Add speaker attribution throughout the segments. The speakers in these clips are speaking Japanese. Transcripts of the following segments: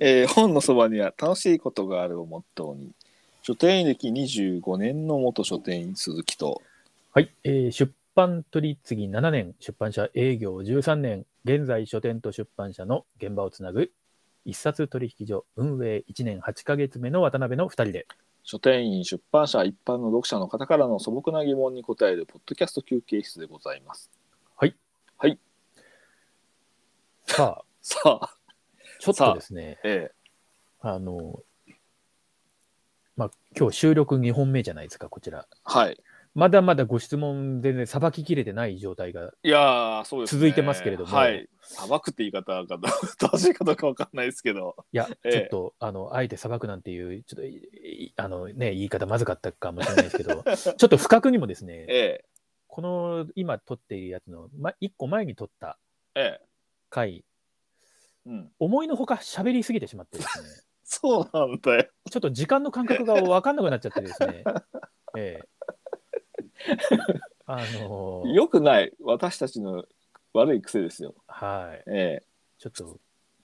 Speaker 1: えー本のそばには楽しいことがあるをモットーに書店員歴25年の元書店員鈴木と
Speaker 2: はい、えー出版取り次ぎ7年、出版社営業13年、現在書店と出版社の現場をつなぐ一冊取引所運営1年8ヶ月目の渡辺の2人で、
Speaker 1: 書店員出版社一般の読者の方からの素朴な疑問に答えるポッドキャスト休憩室でございます
Speaker 2: さあ、
Speaker 1: さあ
Speaker 2: ちょっ
Speaker 1: さあ
Speaker 2: とですね、
Speaker 1: え
Speaker 2: あの、まあ、今日収録2本目じゃないですか、こちら。
Speaker 1: ーはい
Speaker 2: まだまだご質問全然さばききれてない状態が、
Speaker 1: いやーそうです、ね、
Speaker 2: 続いてますけれども
Speaker 1: はいさばくって言い方が正しいかどうかわかんないですけど
Speaker 2: いや、
Speaker 1: ええ
Speaker 2: ちょっと、あの、あえてさばくなんていう、ちょっとい、いあのね、言い方まずかったかもしれないですけ ど、ちょっと不覚にもですね、
Speaker 1: え
Speaker 2: この今撮っているやつの、ま、1個前に撮った
Speaker 1: ええ
Speaker 2: 回、
Speaker 1: えうん
Speaker 2: 思いのほか喋りすぎてしまってですね、
Speaker 1: そうなんだよ
Speaker 2: ちょっと時間の感覚が分かんなくなっちゃってですね、 ええ。あのー
Speaker 1: よくない私たちの悪い癖ですよ
Speaker 2: はい、
Speaker 1: え
Speaker 2: ちょっと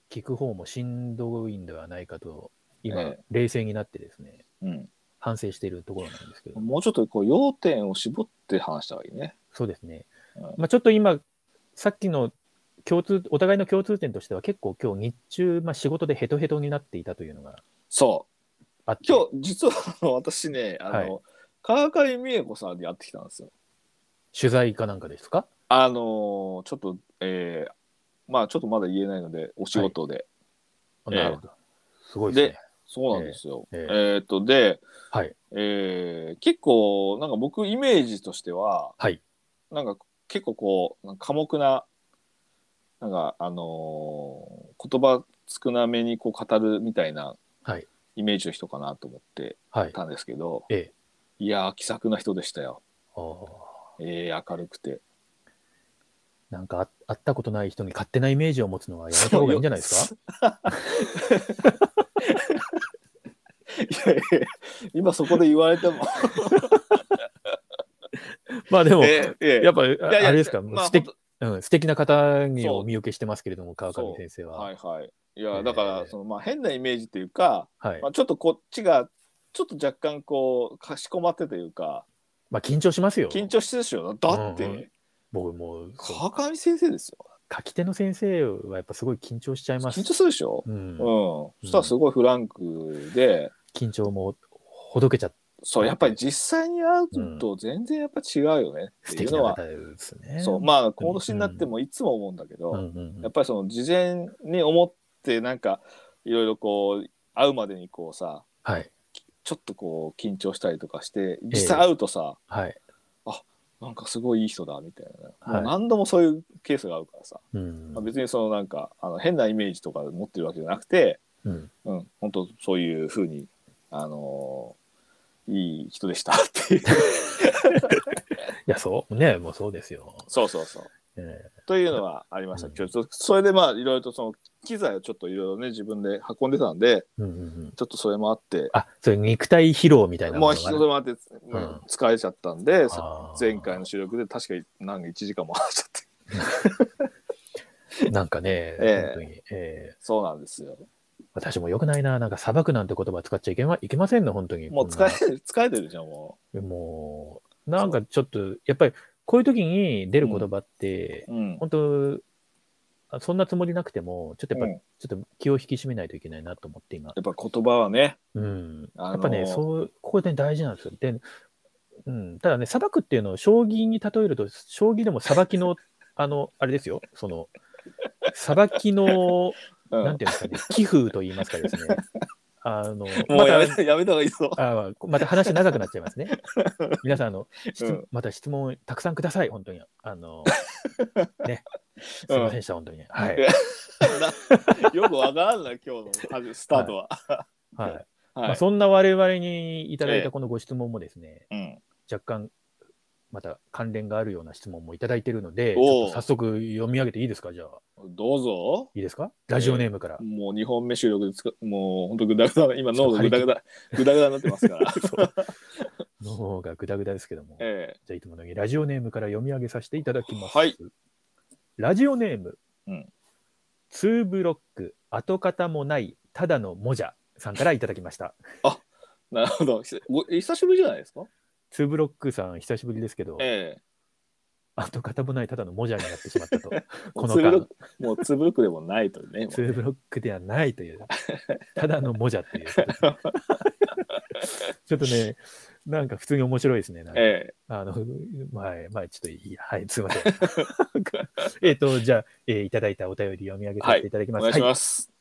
Speaker 2: 聞く方もしんどいんではないかと、今、
Speaker 1: え
Speaker 2: 冷静になってですね、
Speaker 1: え
Speaker 2: 反省しているところなんですけど
Speaker 1: うん、、もうちょっとこう要点を絞って話した方がいいね
Speaker 2: そうですね
Speaker 1: うん。
Speaker 2: まあ、ちょっと今、さっきの共通、お互いの共通点としては、結構今日日中、まあ、仕事でヘトヘトになっていたというのが
Speaker 1: そう
Speaker 2: あって、
Speaker 1: 今日実はあの私ねあの、川上美恵子さんに会ってきたんですよ。
Speaker 2: 取材かなんかですか
Speaker 1: あのーちょっとえーまあちょっとまだ言えないのでお仕事で、
Speaker 2: あ
Speaker 1: ええ
Speaker 2: なるほど。すごいですね。
Speaker 1: そうなんですよ。え
Speaker 2: え
Speaker 1: ー
Speaker 2: え
Speaker 1: っとで、
Speaker 2: はい。
Speaker 1: えー結構なんか僕イメージとしては、
Speaker 2: はい
Speaker 1: なんか結構こうなんか寡黙ななんかあのー言葉少なめにこう語るみたいな
Speaker 2: はい
Speaker 1: イメージの人かなと思って
Speaker 2: はい。
Speaker 1: たんですけど、
Speaker 2: ええ
Speaker 1: いやー気さくな人でしたよ。
Speaker 2: あー
Speaker 1: えー明るくて。
Speaker 2: なんかあ会ったことない人に勝手なイメージを持つのはやめた方がいいんじゃないですか
Speaker 1: かいやいや今そこで言われても。
Speaker 2: まあでも、
Speaker 1: ええ
Speaker 2: やっぱ、あ
Speaker 1: いやいや
Speaker 2: あれですか、
Speaker 1: まあ
Speaker 2: 素敵
Speaker 1: ほん
Speaker 2: うん、素敵な方に
Speaker 1: そう
Speaker 2: お見受けしてますけれども、川上先生
Speaker 1: と
Speaker 2: は。
Speaker 1: は
Speaker 2: はいい、
Speaker 1: はい。い
Speaker 2: え
Speaker 1: や
Speaker 2: え
Speaker 1: だからそのまあ変なイメージっていうか、まあ、ちょっとこっちがちょっと若干こうかしこまってというか
Speaker 2: まあ、緊張しますよ。
Speaker 1: 緊張してるでしょだって、
Speaker 2: うんうん僕もう、そう
Speaker 1: 川上先生ですよ
Speaker 2: 書き手の先生はやっぱすごい緊張しちゃいます。
Speaker 1: 緊張するでしょ、
Speaker 2: う
Speaker 1: うんん、そしたらすごいフランクで、
Speaker 2: 緊張もほどけちゃって
Speaker 1: そうやっぱり実際に会うと全然やっぱ違うよねっ
Speaker 2: 素
Speaker 1: てい
Speaker 2: 敵
Speaker 1: う
Speaker 2: な
Speaker 1: のは、
Speaker 2: 方ですね。
Speaker 1: そうまあこの年になってもいつも思うんだけど、
Speaker 2: うんうんう
Speaker 1: や
Speaker 2: ん
Speaker 1: っぱりその事前に思ってなんかいろいろこう会うまでにこうさ
Speaker 2: はい
Speaker 1: ちょっとこう緊張したりとかして実際会うとさ、
Speaker 2: はい。
Speaker 1: なんかすごいいい人だみたいな、
Speaker 2: はい
Speaker 1: もう何度もそういうケースがあるからさ、
Speaker 2: うん
Speaker 1: まあ別にそのなんかあの変なイメージとか持ってるわけじゃなくて、
Speaker 2: うん
Speaker 1: うん、本当そういうふうに、あのーいい人でしたって いう
Speaker 2: いやそうねもうそうですよ。
Speaker 1: そうそうそう。
Speaker 2: え
Speaker 1: というのはありました
Speaker 2: うん
Speaker 1: けど、ちょっとそれでまあいろいろとその機材をちょっといろいろね自分で運んでたんで
Speaker 2: えうんうんうん。
Speaker 1: ちょっとそれもあって
Speaker 2: あそれ肉体疲労みたいな
Speaker 1: もう
Speaker 2: の
Speaker 1: 一
Speaker 2: がある
Speaker 1: 度待って、うん
Speaker 2: うん
Speaker 1: 疲れちゃったんで、さ
Speaker 2: あー
Speaker 1: 前回の収録で確かに何か1時間も話しちゃ って。
Speaker 2: なんかね、
Speaker 1: ええ
Speaker 2: 本当に、ええ
Speaker 1: そうなんですよ。
Speaker 2: 私もよくないななんか砂漠なんて言葉使っちゃいけまいけませんの本当に
Speaker 1: もう
Speaker 2: こん
Speaker 1: 疲
Speaker 2: な
Speaker 1: れてる、疲れてるじゃん、も
Speaker 2: もうなんかちょっとやっぱりこういう時に出る言葉って、
Speaker 1: う。うん。
Speaker 2: 本当あそんなつもりなくてもちょっとやっぱ、
Speaker 1: うんや
Speaker 2: ちょっと気を引き締めないといけないなと思って今。
Speaker 1: っぱ言葉はね、
Speaker 2: うん。
Speaker 1: あのー
Speaker 2: やっぱね、そう、ここで大事なんですよ。で、うん。ただね、砂漠っていうのを将棋に例えると、将棋でも砂漠の、 あの、あれですよ、その、砂漠の、
Speaker 1: うん、
Speaker 2: なんていうんですかね、棋風と言いますかですね。あの、
Speaker 1: も
Speaker 2: ま
Speaker 1: うや
Speaker 2: た
Speaker 1: め、やめた方がいいぞ。
Speaker 2: あまあまた話長くなっちゃいますね。皆さん、あの、質
Speaker 1: うん
Speaker 2: また質問たくさんください、本当に。あ の、ね、すいませんでした、本当に。はい
Speaker 1: い。やなよくわからんな、今日のはじスタートは。
Speaker 2: はい。
Speaker 1: はい。
Speaker 2: まあ、そんな我々にいただいたこのご質問もですね、
Speaker 1: うん。
Speaker 2: 若干また関連があるような質問もいただいているので、ち
Speaker 1: おう
Speaker 2: ょっと早速読み上げていいですか、じゃあ。
Speaker 1: どうぞ。
Speaker 2: いいですかラジオネームから。
Speaker 1: もう2本目収録でつか、もう本当グダグダ、今脳がグダグ ダ、グダグダになってますから。
Speaker 2: の方がグダグダですけども。じ
Speaker 1: ええ
Speaker 2: ゃあ、いつものようにラジオネームから読み上げさせていただきます。
Speaker 1: はい
Speaker 2: ラジオネーム、
Speaker 1: うん
Speaker 2: ツーブロック、跡形もないただのもじゃさんからいただきました。
Speaker 1: なるほど。ひご久しぶりじゃないですか。
Speaker 2: ツーブロックさん、久しぶりですけど、
Speaker 1: え
Speaker 2: 跡形もないただのもじゃになってしまったと。
Speaker 1: えも
Speaker 2: こ
Speaker 1: う
Speaker 2: の
Speaker 1: ツーブロ
Speaker 2: 間
Speaker 1: ッ、クもうツーブロックでもないとね。も
Speaker 2: ツ
Speaker 1: う
Speaker 2: ーブロックではないという、ただのもじゃっていうことですね。 ちょっとね、なんか普通に面白いですね。なんか
Speaker 1: え
Speaker 2: あの、前、前、ちょっといいや、はい、すいません。 えっと、じゃあ、えーいただいたお便り読み上げさせていただき
Speaker 1: えお
Speaker 2: ます。
Speaker 1: 願いし
Speaker 2: はい
Speaker 1: ます。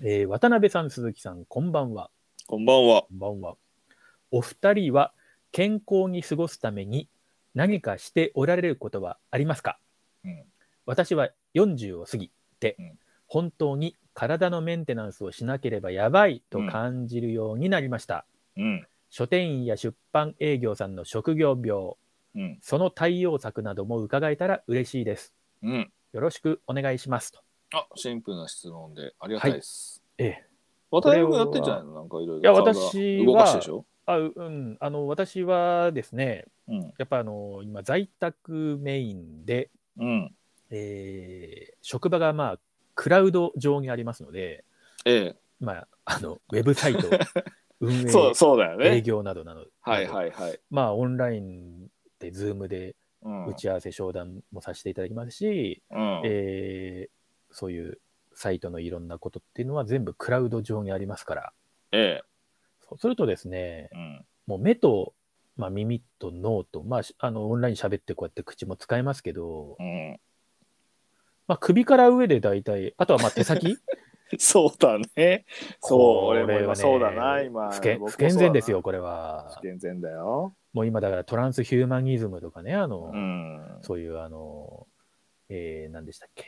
Speaker 2: えー渡辺さん、鈴木さん、こんばんは。
Speaker 1: こんばんは。
Speaker 2: こんばんは。お二人は健康に過ごすために何かしておられることはありますか
Speaker 1: うん。
Speaker 2: 私は40を過ぎて、
Speaker 1: うん
Speaker 2: 本当に体のメンテナンスをしなければやばいと感じるようになりました。
Speaker 1: うん。
Speaker 2: 書店員や出版営業さんの職業病、
Speaker 1: うん。
Speaker 2: その対応策なども伺えたら嬉しいです。
Speaker 1: うん。
Speaker 2: よろしくお願いしますと。
Speaker 1: あ、シンプルな質問でありがたいです。
Speaker 2: ええ。
Speaker 1: 渡辺君やってんじゃないのなんかいろいろ。
Speaker 2: いや私は
Speaker 1: 動かしてでしょ。
Speaker 2: あううん、あの私はですね、
Speaker 1: うん。
Speaker 2: やっぱあの今、在宅メインで、
Speaker 1: うん。
Speaker 2: えー職場がまあクラウド上にありますので、
Speaker 1: え
Speaker 2: まあ、あのウェブサイ ト運
Speaker 1: え。
Speaker 2: 営、
Speaker 1: そう、そうだよ
Speaker 2: 営
Speaker 1: ね。
Speaker 2: 業などなど、
Speaker 1: はいはいはい。
Speaker 2: まあ、オンラインで、ズームで
Speaker 1: うん。
Speaker 2: 打ち合わせ、商談もさせていただきますし、
Speaker 1: うん。
Speaker 2: えーそういうサイトのいろんなことっていうのは全部クラウド上にありますから、
Speaker 1: え
Speaker 2: そうするとですね
Speaker 1: え。、うん。
Speaker 2: もう目と、まあ、耳と脳と、まあ、しあのオンライン喋ってこうやって口も使えますけど、
Speaker 1: うん。
Speaker 2: まあ、首から上で大体、あとはまあ手先
Speaker 1: そうだね。そう、
Speaker 2: こ
Speaker 1: 俺
Speaker 2: れ
Speaker 1: も
Speaker 2: は
Speaker 1: 今
Speaker 2: ね
Speaker 1: そうだな、今。
Speaker 2: 不健
Speaker 1: 僕も
Speaker 2: 不
Speaker 1: そうだな
Speaker 2: 健全ですよ、。これ
Speaker 1: 不
Speaker 2: は。
Speaker 1: 健全だよ。
Speaker 2: もう今だからトランスヒューマニズムとかね、あの、
Speaker 1: うん。
Speaker 2: そういうあの、えー、何でしたっけ、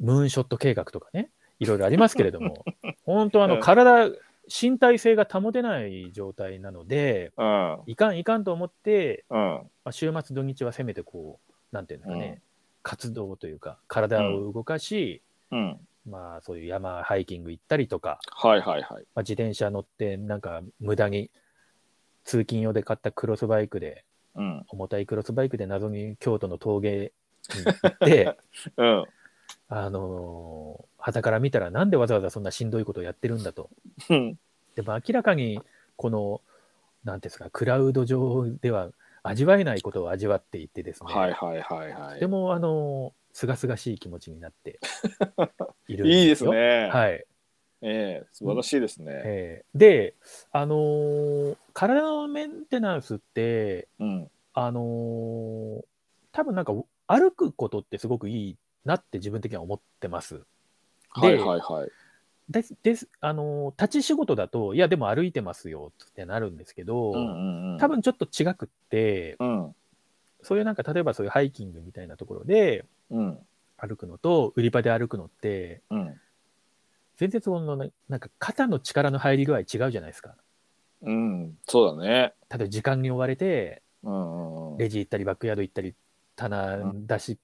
Speaker 2: ムーンショット計画とかね、いろいろありますけれど も、本当あ
Speaker 1: う
Speaker 2: の
Speaker 1: ん
Speaker 2: 体、身体性が保てない状態なので、
Speaker 1: うん。
Speaker 2: いかんいかんと思って、
Speaker 1: うん。
Speaker 2: まあ、週末土日はせめてこう、なんていうんですかね、
Speaker 1: う
Speaker 2: 活動というか、体を動かし、
Speaker 1: うん。
Speaker 2: まあそういう山ハイキング行ったりとか、
Speaker 1: はいはいはい。
Speaker 2: まあ、自転車乗って、なんか無駄に通勤用で買ったクロスバイクで、
Speaker 1: うん。
Speaker 2: 重たいクロスバイクで謎に京都の峠に 行って、
Speaker 1: うん。
Speaker 2: あのー、傍から見たら、なんでわざわざそんなしんどいことをやってるんだと。
Speaker 1: うん。
Speaker 2: でも明らかに、この、なんていうんですか、クラウド上では味わえないことを味わっていてですね、
Speaker 1: はいはいはい
Speaker 2: と
Speaker 1: は
Speaker 2: ても、あのー、すがすがしい気持ちにな っているん
Speaker 1: い。いいです
Speaker 2: よ。
Speaker 1: ね。
Speaker 2: はい。
Speaker 1: ええ素晴らしいですね。
Speaker 2: えーで、あのー体のメンテナンスって、
Speaker 1: うん。
Speaker 2: あのー多分なんか歩くことってすごくいいなって自分的には思ってます。で
Speaker 1: はいはいはい。
Speaker 2: です、です、あのー立ち仕事だと、いや、でも歩いてますよってなるんですけど、
Speaker 1: うんうんうん。
Speaker 2: 多。分ちょっと違くって、
Speaker 1: うん。
Speaker 2: そういうなんか、例えばそういうハイキングみたいなところで
Speaker 1: うん。
Speaker 2: 歩くのと、売り場で歩くのって、
Speaker 1: うん。
Speaker 2: 全然その、ね、なんか肩の力の入り具合違うじゃないですか。
Speaker 1: うん。そうだね。
Speaker 2: 例えば時間に追われて、
Speaker 1: うんうんうん。
Speaker 2: レジ行ったり、バックヤード行ったり、棚出し、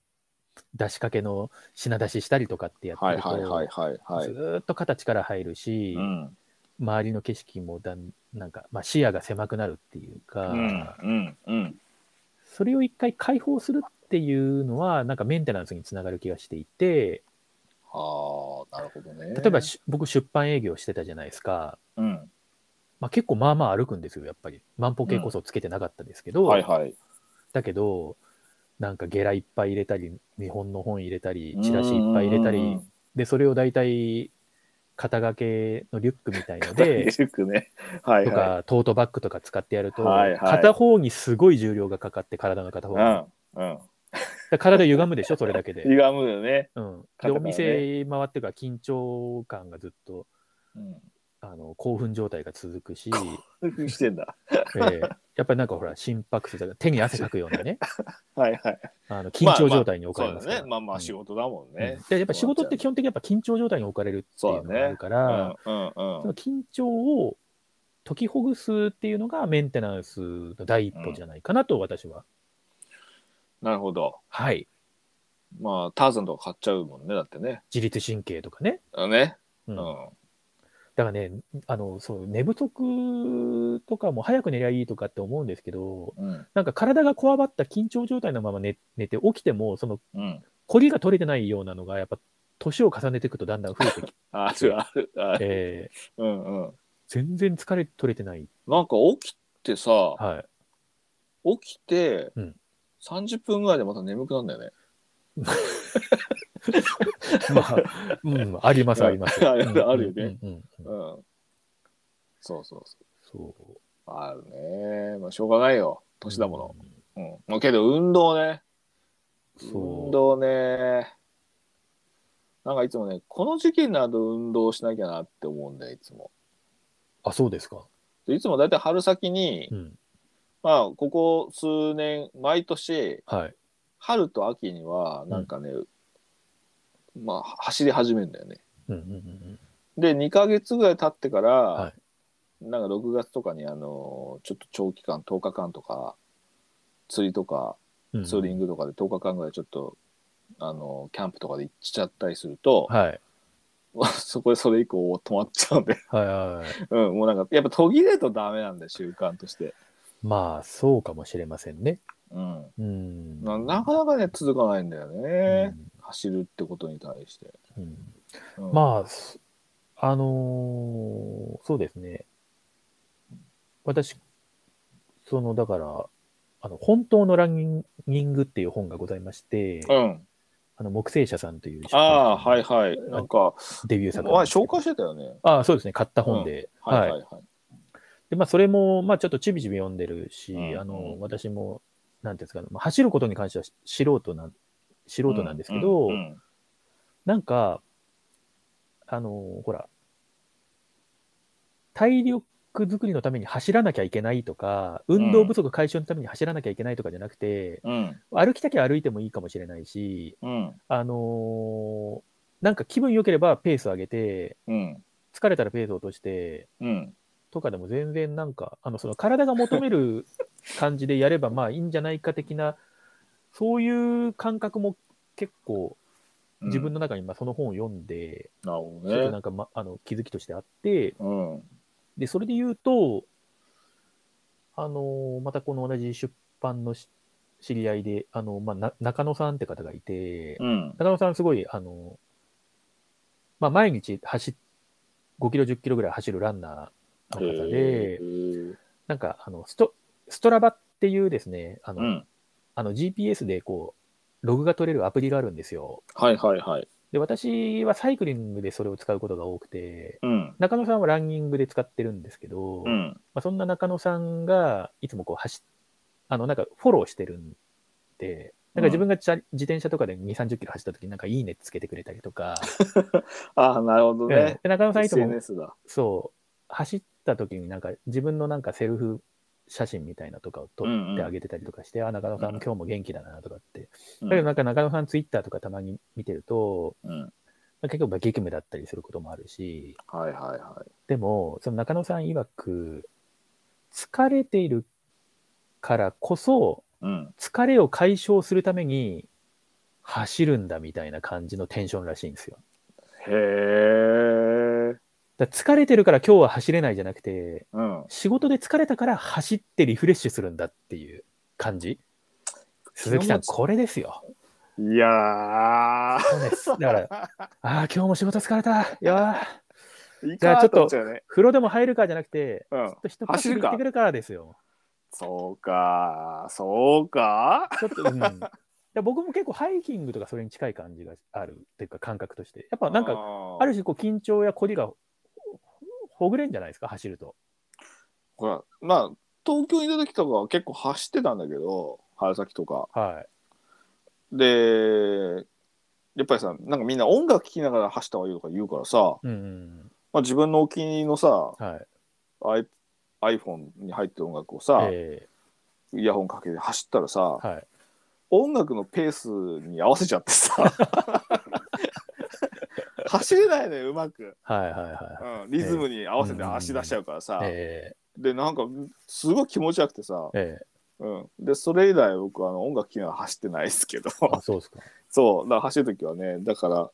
Speaker 2: 出し掛けの品出ししたりとかってやって
Speaker 1: はい
Speaker 2: ると、
Speaker 1: はいはいはいは
Speaker 2: ず
Speaker 1: い。
Speaker 2: ーっと形から入るし、
Speaker 1: うん。
Speaker 2: 周りの景色もだんなんか、まあ、視野が狭くなるっていうか、
Speaker 1: うんうんうん。
Speaker 2: それを一回解放するっていうのは、なんかメンテナンスにつながる気がしていて、
Speaker 1: ああ、なるほどね。
Speaker 2: 例えばし、僕、出版営業してたじゃないですか。
Speaker 1: うん。
Speaker 2: まあ、結構まあまあ歩くんですよ、やっぱり。万歩計こそつけてなかったですけど、
Speaker 1: はいはい。
Speaker 2: だけど、なんかゲラいっぱい入れたり、日本の本入れたり、チラシいっぱい入れた
Speaker 1: うんうんう
Speaker 2: り
Speaker 1: ん、。
Speaker 2: で、それを大体、肩掛けのリュックみたいの
Speaker 1: で、ミ
Speaker 2: で、
Speaker 1: ルクね。はい
Speaker 2: と
Speaker 1: は
Speaker 2: か、トートバッグとか使ってやると、
Speaker 1: はいはい
Speaker 2: 片方にすごい重量がかかって、体の片
Speaker 1: い。
Speaker 2: 方
Speaker 1: う
Speaker 2: に。だか
Speaker 1: ん。うん。
Speaker 2: ら体歪むでしょ、それだ けで。
Speaker 1: 歪むよね。
Speaker 2: うん、
Speaker 1: 肩
Speaker 2: で、
Speaker 1: がね
Speaker 2: お店回ってから緊張感がずっと、
Speaker 1: う
Speaker 2: あの興奮状態が続くし、
Speaker 1: ん。してんだ。
Speaker 2: えーやっぱりなんかほら、心拍数とか、手に汗かくようなね、
Speaker 1: はいはい。
Speaker 2: あの緊張状態に置か
Speaker 1: そ
Speaker 2: れ
Speaker 1: う
Speaker 2: ま
Speaker 1: だ
Speaker 2: すから。
Speaker 1: ね。まあまあ仕事だもん
Speaker 2: うん
Speaker 1: ね
Speaker 2: うん。でやっぱ仕事って基本的にやっぱ緊張状態に置かれるっていうのがあるか
Speaker 1: う
Speaker 2: ら、
Speaker 1: んうんうん
Speaker 2: その。緊張を解きほぐすっていうのがメンテナンスの第一歩じゃないかなと私は。
Speaker 1: なるほど。
Speaker 2: はい。
Speaker 1: まあ、ターザンとか買っちゃうもんね、だってね。
Speaker 2: 自律神経とかね。
Speaker 1: あのね。
Speaker 2: う
Speaker 1: うんん。
Speaker 2: だからね、あの、そう、寝不足とかも早く寝りゃいいとかって思うんですけど、
Speaker 1: うん。
Speaker 2: なんか体がこわばった緊張状態のまま寝寝て起きても、その
Speaker 1: うん。
Speaker 2: 凝りが取れてないようなのがやっぱ年を重ねていくとだんだん増えてきて、
Speaker 1: あるあるある。
Speaker 2: えー
Speaker 1: うんうん。
Speaker 2: 全然疲れ取れてない。
Speaker 1: なんか起きてさ、
Speaker 2: はい。
Speaker 1: 起きて
Speaker 2: うん、
Speaker 1: 30分ぐらいでまた眠くなるんだよね。
Speaker 2: まあ、 うん、あります、あります。
Speaker 1: ある あるよね
Speaker 2: うん。うんうんうん
Speaker 1: うん。そうそうそ。
Speaker 2: そう
Speaker 1: あるね。まあしょうがないよ。
Speaker 2: う。
Speaker 1: 年だもの。うん。まあけど運動ね。運
Speaker 2: そう。
Speaker 1: 動ね。なんかいつもね、この時期になると運動しなきゃなって思うんだよ、いつも。
Speaker 2: あ、そうですか。
Speaker 1: でいつもだいたい春先に、
Speaker 2: うん。
Speaker 1: まあ、ここ数年、毎年、
Speaker 2: はい。
Speaker 1: 春と秋には、なんかね、まあ、走り始めるんだよね。
Speaker 2: うんうんうん
Speaker 1: で、2ヶ月ぐらい経ってから、
Speaker 2: は
Speaker 1: なんか6月とかに、あのーちょっと長期間、10日間とか、釣りとか、
Speaker 2: うん。
Speaker 1: ツーリン
Speaker 2: グ。
Speaker 1: グとかで10日間ぐらいちょっと、あのーキャンプとかで行っちゃったりすると、
Speaker 2: はい。
Speaker 1: そこでそれ以降止まっちゃうんで、
Speaker 2: はいはいはい。
Speaker 1: うん、もうなんか、やっぱ途切れるとダメなんだよ、習慣として。
Speaker 2: まあ、そうかもしれませんね。
Speaker 1: うん。
Speaker 2: うん。
Speaker 1: ななかなかね、続かないんだよね。
Speaker 2: うん
Speaker 1: 走るってことに対して。
Speaker 2: うん
Speaker 1: うん
Speaker 2: まあ、すあのーそうですね。私、その、だから、あの、本当のランニングっていう本がございまして、
Speaker 1: うん。
Speaker 2: あの、木星社さんという出
Speaker 1: ああ、
Speaker 2: 版社
Speaker 1: はい
Speaker 2: の
Speaker 1: はい。なんか、
Speaker 2: デビュー
Speaker 1: 前
Speaker 2: 作なんですけど
Speaker 1: 紹介してたよね。
Speaker 2: ああ、そうですね。買った本で。
Speaker 1: はいはい
Speaker 2: は。
Speaker 1: はいい。
Speaker 2: で、まあ、それも、まあ、ちょっとちびちび読んでるし、
Speaker 1: うん
Speaker 2: あ
Speaker 1: う
Speaker 2: の、
Speaker 1: ん
Speaker 2: 私も、なんていうんですかね、まあ、走ることに関しては素人なん、素人なんですけど、
Speaker 1: うんうん
Speaker 2: なんか、あのーほら、体力作りのために走らなきゃいけないとか、運動不足解消のために走らなきゃいけないとかじゃなくて、
Speaker 1: うん。
Speaker 2: 歩きたきゃ歩いてもいいかもしれないし、
Speaker 1: うん。
Speaker 2: あのーなんか気分良ければペース上げて、
Speaker 1: うん。
Speaker 2: 疲れたらペース落として、
Speaker 1: うん。
Speaker 2: とかでも全然なんか、あの、その体が求める感じでやればまあいいんじゃないか的な、そういう感覚も結
Speaker 1: う
Speaker 2: 構
Speaker 1: ん
Speaker 2: 自分の中にまあその本を読んで、
Speaker 1: なるほ
Speaker 2: ちょっと
Speaker 1: ど
Speaker 2: な
Speaker 1: ね。
Speaker 2: んか、ま、あの気づきとしてあって、
Speaker 1: うん。
Speaker 2: で、それで言うと、あのーまたこの同じ出版のし知り合いで、あのまあ、な中野さんって方がいて、
Speaker 1: うん。
Speaker 2: 中野さんすごい、あのまあ、毎日走っ、5キロ、10キロぐらい走るランナーの方
Speaker 1: へ
Speaker 2: で、
Speaker 1: ー
Speaker 2: なんか、あの、スト、ストラバっていうですね、あの、
Speaker 1: うん。
Speaker 2: あの GPS でこう、ログが取れるアプリがあるんですよ。
Speaker 1: はいはいはい。
Speaker 2: で、私はサイクリングでそれを使うことが多くて、
Speaker 1: うん。
Speaker 2: 中野さんはランニングで使ってるんですけど、
Speaker 1: う
Speaker 2: ま
Speaker 1: ん。
Speaker 2: あ、そんな中野さんがいつもこう走っあのなんかフォローしてるんで、なんか自分がチャリ自転車とかで2、30キロ走った時になんかいいねつけてくれたりとか、
Speaker 1: ああ、なるほどね。
Speaker 2: で中野さんいつも
Speaker 1: SNS だ。
Speaker 2: そう走った時になんか自分のなんかセルフ写真みたいなとかを撮
Speaker 1: うんう
Speaker 2: っ
Speaker 1: ん
Speaker 2: てあげてたりとかして、あ、中野さん今日も元気だなとかって。
Speaker 1: うん
Speaker 2: だけどなんか中野さんツイッターとかたまに見てると、
Speaker 1: うん。
Speaker 2: 結構まあ激務だったりすることもあるし、
Speaker 1: はいはいは
Speaker 2: でも、その中野さん曰く、疲れているからこそ、
Speaker 1: い。うん。
Speaker 2: 疲れを解消するために走るんだみたいな感じのテンションらしいんですよ。
Speaker 1: へえ。
Speaker 2: だから疲れてるから今日は走れないじゃなくて、
Speaker 1: うん。
Speaker 2: 仕事で疲れたから走ってリフレッシュするんだっていう感じ。鈴木さん、
Speaker 1: 気持ち
Speaker 2: これですよ。
Speaker 1: いやー。
Speaker 2: そうです。だから、 ああー、今日も仕事疲れた。いやー、
Speaker 1: いい
Speaker 2: じゃあちょっと
Speaker 1: 思ちゃうね。
Speaker 2: 風呂でも入るかじゃなくて、
Speaker 1: うん
Speaker 2: ちょっと一走り行ってくるからですよ。
Speaker 1: そうか、そうか。
Speaker 2: ちょっと、うん、だから僕も結構ハイキングとかそれに近い感じがあるっていうか感覚として。やっぱなんか、
Speaker 1: あ
Speaker 2: あ
Speaker 1: る
Speaker 2: る種こう緊張やこりがほほぐれんじゃないですか、走ると。
Speaker 1: ほら、まあ、東京にいた時とかは結構走ってたんだけど、春先とか。
Speaker 2: は
Speaker 1: で、やっぱりさ、なんかみんな音楽聴きながら走った方がいいとか言うからさ、
Speaker 2: い。うん
Speaker 1: まあ、自分のお気に入りのさ、
Speaker 2: うん。はい。
Speaker 1: I、iPhone に入ってる音楽をさ、
Speaker 2: え
Speaker 1: イヤホンかけて走ったらさ、
Speaker 2: ーはい。
Speaker 1: 音楽のペースに合わせちゃって さ、走れないのよ、うまく。
Speaker 2: はいはいはいは
Speaker 1: うん、リズムに合わせて足出しちゃうからさ、
Speaker 2: い。え
Speaker 1: でなんかすごい気持ちよくてさ
Speaker 2: ー、え
Speaker 1: うん、でそれ以来僕あの音楽聴きながら走ってないですけど
Speaker 2: ーあそうですか。
Speaker 1: そうだから走る時はねだから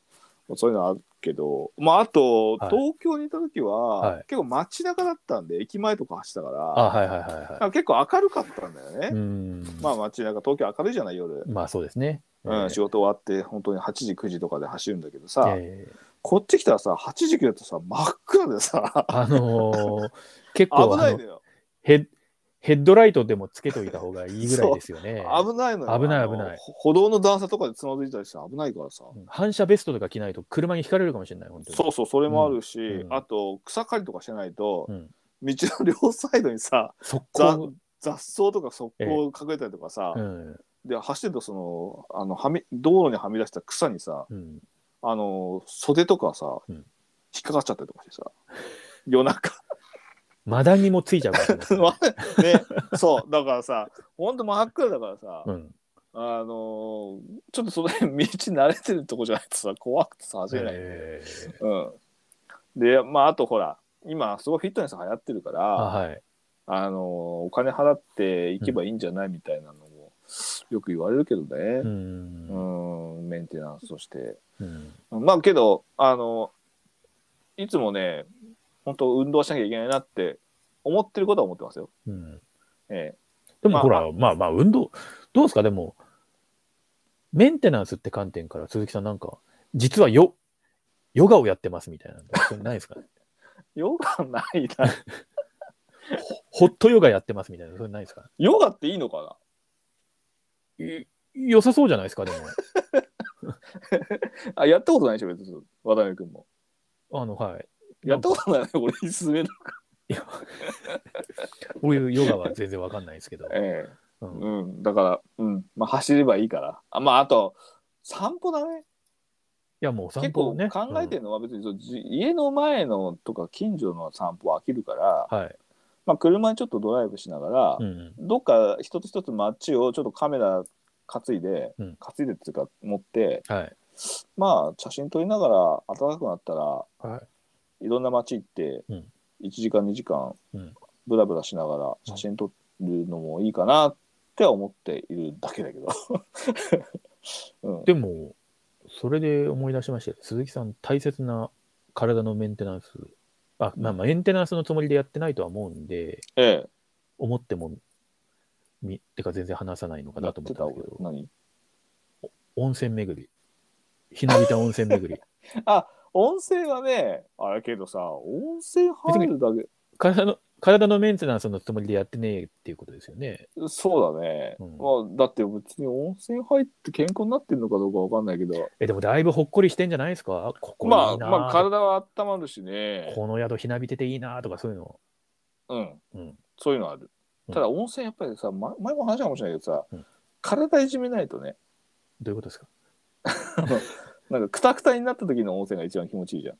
Speaker 1: そういうのあるけどまああと、
Speaker 2: はい
Speaker 1: 東京にいた時は、
Speaker 2: はい
Speaker 1: 結構街中だったんで駅前とか走ったから
Speaker 2: あはいはいはい
Speaker 1: な
Speaker 2: は
Speaker 1: んか結構明るかったんだよね
Speaker 2: い。う、ん。
Speaker 1: まあ
Speaker 2: ま
Speaker 1: 街中東京明るいじゃない夜
Speaker 2: あ、そうですね。
Speaker 1: うん、仕事終わって本当に8時9時とかで走るんだけどさ、
Speaker 2: えー
Speaker 1: こっち来たらさ8時9時だとさ真っ暗で さ
Speaker 2: あの ー結構
Speaker 1: 危
Speaker 2: あ
Speaker 1: ない
Speaker 2: の
Speaker 1: のよ
Speaker 2: ヘッヘッドライトでもつけといた方がいいぐらいですよね。
Speaker 1: 危ないのよ
Speaker 2: 危ない
Speaker 1: あの
Speaker 2: 危ない
Speaker 1: ほ歩道の段差とかでつまずいたりして危ないからさ、
Speaker 2: うん反射ベストとか着ないと車にひかれるかもしれない、本当に。
Speaker 1: そうそうそれもあるし、
Speaker 2: うん
Speaker 1: あと草刈りとかしてないと、
Speaker 2: うん
Speaker 1: 道の両サイドに さ
Speaker 2: 速
Speaker 1: ざ
Speaker 2: 攻、
Speaker 1: 雑草とか側溝隠れたりとかさ、
Speaker 2: うん
Speaker 1: で走ってるとそのあのはみ道路にはみ出した草にさ
Speaker 2: うん、
Speaker 1: あの袖とかさ、
Speaker 2: うん
Speaker 1: 引っかかっちゃったりとかしてさ夜中
Speaker 2: マダニもついちゃうからね
Speaker 1: ね、そうだからさほんと真っ暗だからさ、
Speaker 2: うん
Speaker 1: あのーちょっとその辺道慣れてるとこじゃないとさ怖くてさ走れない、
Speaker 2: えー
Speaker 1: うん、でまああとほら今すごいフィットネス流行ってるから
Speaker 2: あ
Speaker 1: あ、
Speaker 2: はい、
Speaker 1: のーお金払っていけばいいんじゃないみたいなのもよく言われるけど
Speaker 2: う
Speaker 1: ね
Speaker 2: ん
Speaker 1: うんメンテナンスとして
Speaker 2: うん
Speaker 1: まあけどあのいつもね本当運動しなきゃいけないなって思ってることは思ってますよ、
Speaker 2: うん
Speaker 1: え
Speaker 2: でもほ
Speaker 1: ま
Speaker 2: ら、まあまあ、運動、どうですか、でも、メンテナンスって観点から、鈴木さんなんか、実はヨヨガをやってますみたいなの、それないですかね。
Speaker 1: え、ヨガないな
Speaker 2: ホットヨガやってますみたいな、それないですか
Speaker 1: ヨガっていいのか
Speaker 2: い良さそうじゃないですか、でも。
Speaker 1: なあやったことないでしょ別に渡辺君も
Speaker 2: あの、はい。
Speaker 1: やったことないよ俺に勧め る
Speaker 2: 俺、ヨガは全然わかんないですけど。
Speaker 1: ええ
Speaker 2: うん
Speaker 1: うんだからうんまあ走ればいいからあまああと散歩だね
Speaker 2: いや、もうお散
Speaker 1: 結
Speaker 2: 歩
Speaker 1: 構
Speaker 2: ね。
Speaker 1: 考えてるのは別にそう、じ家の前のとか近所の散歩は飽きるから、
Speaker 2: うんはい。
Speaker 1: まあ、車にちょっとドライブしながら、
Speaker 2: うん。
Speaker 1: どっか一つ一つ街をちょっとカメラ担いで、
Speaker 2: うん
Speaker 1: 担いでっていうか持って
Speaker 2: はい。
Speaker 1: まあ写真撮りながら暖かくなったら
Speaker 2: はい
Speaker 1: ろんな街行って
Speaker 2: うん
Speaker 1: 1時間2時間
Speaker 2: うん
Speaker 1: ブラブラしながら写真撮るのもいいかなっては思っているだけだけど、 うん
Speaker 2: い。、でも、それで思い出しました鈴木さん、大切な体のメンテナンス。あ、まあ、まあメンテナンスのつもりでやってないとは思うんで、
Speaker 1: ええ
Speaker 2: 思ってもみてか全然話さないのかなと思ったんですけ
Speaker 1: やって
Speaker 2: ど
Speaker 1: 何
Speaker 2: 温泉巡りひなびた温泉巡 り
Speaker 1: 温泉はねあれけどさ温泉入るだけ
Speaker 2: 体の体のメンテナンスのつもりでやってねえっていうことですよね
Speaker 1: そうだね、
Speaker 2: うん
Speaker 1: まあ、だって別に温泉入って健康になってるのかどうかわかんないけど
Speaker 2: えでもだいぶほっこりしてんじゃないですかここいい
Speaker 1: まあ
Speaker 2: な、
Speaker 1: まあ体は温まるしね
Speaker 2: この宿ひなびてていいなとかそういうの
Speaker 1: うん
Speaker 2: うん
Speaker 1: そういうのある
Speaker 2: うん
Speaker 1: ただ温泉やっぱりさま前も話したかもしれないけどさ、
Speaker 2: うん
Speaker 1: 体いじめないとね
Speaker 2: どういうことですか
Speaker 1: なんかくたくたになった時の温泉が一番気持ちいいじゃん
Speaker 2: い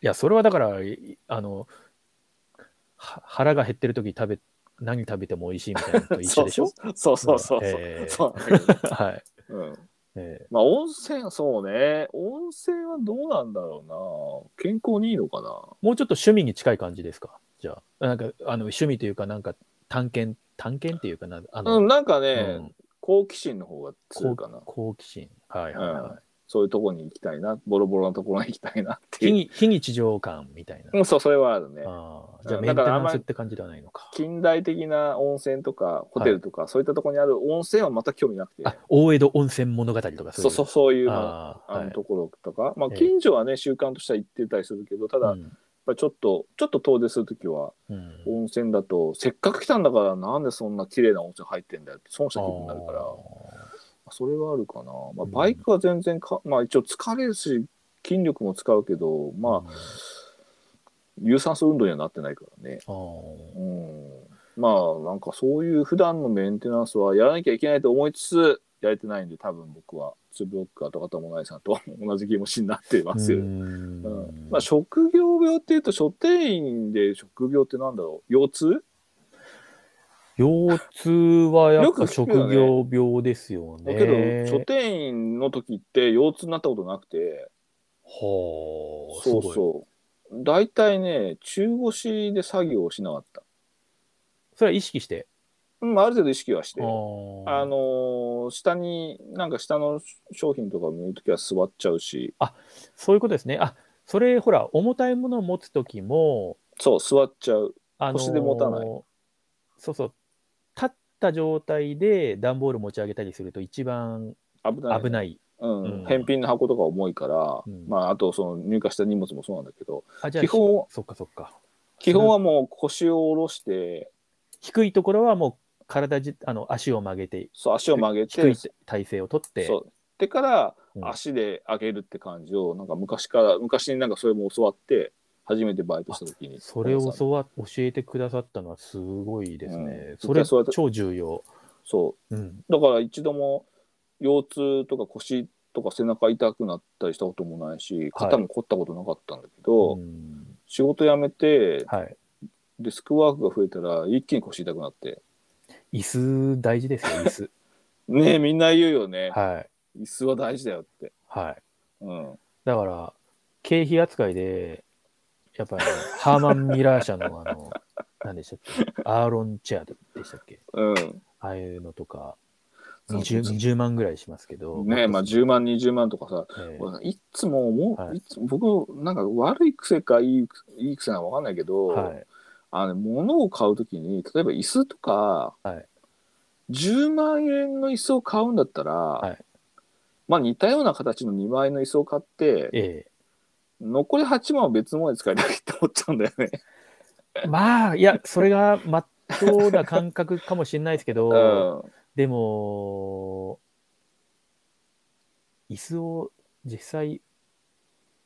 Speaker 2: やそれはだからいあのは腹が減ってる時食べ何食べても美味しいみたいなのと一緒でしょ
Speaker 1: そうそうそうそう、
Speaker 2: ええ
Speaker 1: そうなんだけど、
Speaker 2: はい、
Speaker 1: うん、
Speaker 2: ええ
Speaker 1: まあ温泉そうね温泉はどうなんだろうな健康にいいのかな
Speaker 2: もうちょっと趣味に近い感じですかじゃあ。なんか、あの、趣味というか、なんか、探検、探検っていうかな、あの、
Speaker 1: うん、なんかね、
Speaker 2: うん
Speaker 1: 好奇心の方が強いかな。
Speaker 2: 好奇心。はいはいは
Speaker 1: そういうとこに行きたいな、ボロボロなところに行きたいなっ
Speaker 2: い。
Speaker 1: て
Speaker 2: 非
Speaker 1: いう。
Speaker 2: 日非日常感みたいな。
Speaker 1: うん、そう、それはあるね。
Speaker 2: あーじゃあ、
Speaker 1: うん
Speaker 2: メン
Speaker 1: だ
Speaker 2: テ
Speaker 1: から
Speaker 2: ナ
Speaker 1: あん
Speaker 2: ン
Speaker 1: ま
Speaker 2: ス
Speaker 1: り
Speaker 2: って感じではないのか。
Speaker 1: 近代的な温泉とかホテルとか、そういったところにある温泉はまた興味なくて。
Speaker 2: あ、大江戸温泉物語とか
Speaker 1: そうそう、そういうの。
Speaker 2: あー
Speaker 1: あ
Speaker 2: は
Speaker 1: の
Speaker 2: い
Speaker 1: ところとか、まあ
Speaker 2: ええ
Speaker 1: 近所はね習慣としては行ってたりするけどただ、
Speaker 2: う
Speaker 1: やっ
Speaker 2: ん
Speaker 1: ぱりちょっとちょっと遠出するときは
Speaker 2: うん
Speaker 1: 温泉だとせっかく来たんだからなんでそんな綺麗な温泉入ってんだよって損した気分になるからそれはあるかな、まあ、
Speaker 2: うん
Speaker 1: バイクは全然か、まあ一応疲れるし筋力も使うけどまあ
Speaker 2: あー
Speaker 1: 有酸素運動にはなってないからね
Speaker 2: あー
Speaker 1: うんまあなんかそういう普段のメンテナンスはやらなきゃいけないと思いつつやれてないんで多分僕はツーブロッカーとか友成さんと 同じ気持ちになってますよ、
Speaker 2: うー
Speaker 1: うん
Speaker 2: ん
Speaker 1: まあ、職業病っていうと書店員で職業ってなんだろう腰痛
Speaker 2: 腰痛はやっ
Speaker 1: よく
Speaker 2: ぱ
Speaker 1: 聞
Speaker 2: 職
Speaker 1: くよね
Speaker 2: 業病ですよね。
Speaker 1: だけど、書店員の時って腰痛になったことなくて
Speaker 2: はあ、
Speaker 1: そう
Speaker 2: すごい
Speaker 1: そう大体ね中腰で作業をしなかった、
Speaker 2: それは意識して。
Speaker 1: うん、ある程度意識はして
Speaker 2: あ
Speaker 1: あのー下になんか下の商品とか見るときは座っちゃうし
Speaker 2: そういうことですね。あそれほら重たいものを持つ時も、
Speaker 1: そう座っちゃう
Speaker 2: あのー
Speaker 1: 腰で持たない
Speaker 2: そうそう立った状態で段ボール持ち上げたりすると一番
Speaker 1: 危ない。
Speaker 2: 危ない。
Speaker 1: うん
Speaker 2: うん
Speaker 1: 返品の箱とか重いから、
Speaker 2: うん
Speaker 1: まあ、あとその入荷した荷物もそうなんだけど、
Speaker 2: あ、じゃあ、
Speaker 1: 基本は
Speaker 2: そっかそっか。
Speaker 1: 基本はもう腰を下ろして、
Speaker 2: 低いところはもう体じ、あの、足を曲げて、
Speaker 1: そう足を曲げて、
Speaker 2: 低い体勢をとって、
Speaker 1: そうでから
Speaker 2: うん
Speaker 1: 足で上げるって感じを、なんか昔から、昔になんかそれも教わって、初めてバイトした時に。
Speaker 2: それを
Speaker 1: そう
Speaker 2: 教わ教えてくださったのはすごいですね。
Speaker 1: うん
Speaker 2: そ
Speaker 1: 一
Speaker 2: れ
Speaker 1: 回そうやって
Speaker 2: 超重要。
Speaker 1: そ
Speaker 2: うん。
Speaker 1: う。だから一度も腰痛とか腰とか背中痛くなったりしたこともないし、肩も凝ったことなかったんだけど、
Speaker 2: うん
Speaker 1: 仕事辞めて、
Speaker 2: はい。
Speaker 1: デスクワークが増えたら一気に腰痛くなって。
Speaker 2: 椅子大事ですよ、椅子。
Speaker 1: ねえ、みんな言うよね。
Speaker 2: はい。
Speaker 1: 椅子は大事だよって。
Speaker 2: はい。
Speaker 1: うん。
Speaker 2: だから、経費扱いで、やっぱり、ね、ハーマン・ミラー社の、あの、何でしたっけ、アーロン・チェアでしたっけ、
Speaker 1: うん。
Speaker 2: ああいうのとか、
Speaker 1: そう
Speaker 2: 20,
Speaker 1: そう
Speaker 2: 20万ぐらいしますけど。
Speaker 1: ねえ、まあ10万、20万とかさ、
Speaker 2: ええ
Speaker 1: 俺いつも思う、
Speaker 2: はい
Speaker 1: いつ僕、なんか悪い癖かいいいい癖なのかわかんないけど、
Speaker 2: はい。
Speaker 1: あの物を買うときに、例えば椅子とか、
Speaker 2: はい
Speaker 1: 10万円の椅子を買うんだったら、
Speaker 2: い
Speaker 1: まあ似たような形の2万円の椅子を買って、
Speaker 2: え
Speaker 1: 残り8万は別のものに使いたいって思っちゃうんだよね。
Speaker 2: え。まあ、いや、それがまっとうな感覚かもしれないですけど、
Speaker 1: うん
Speaker 2: でも、椅子を実際、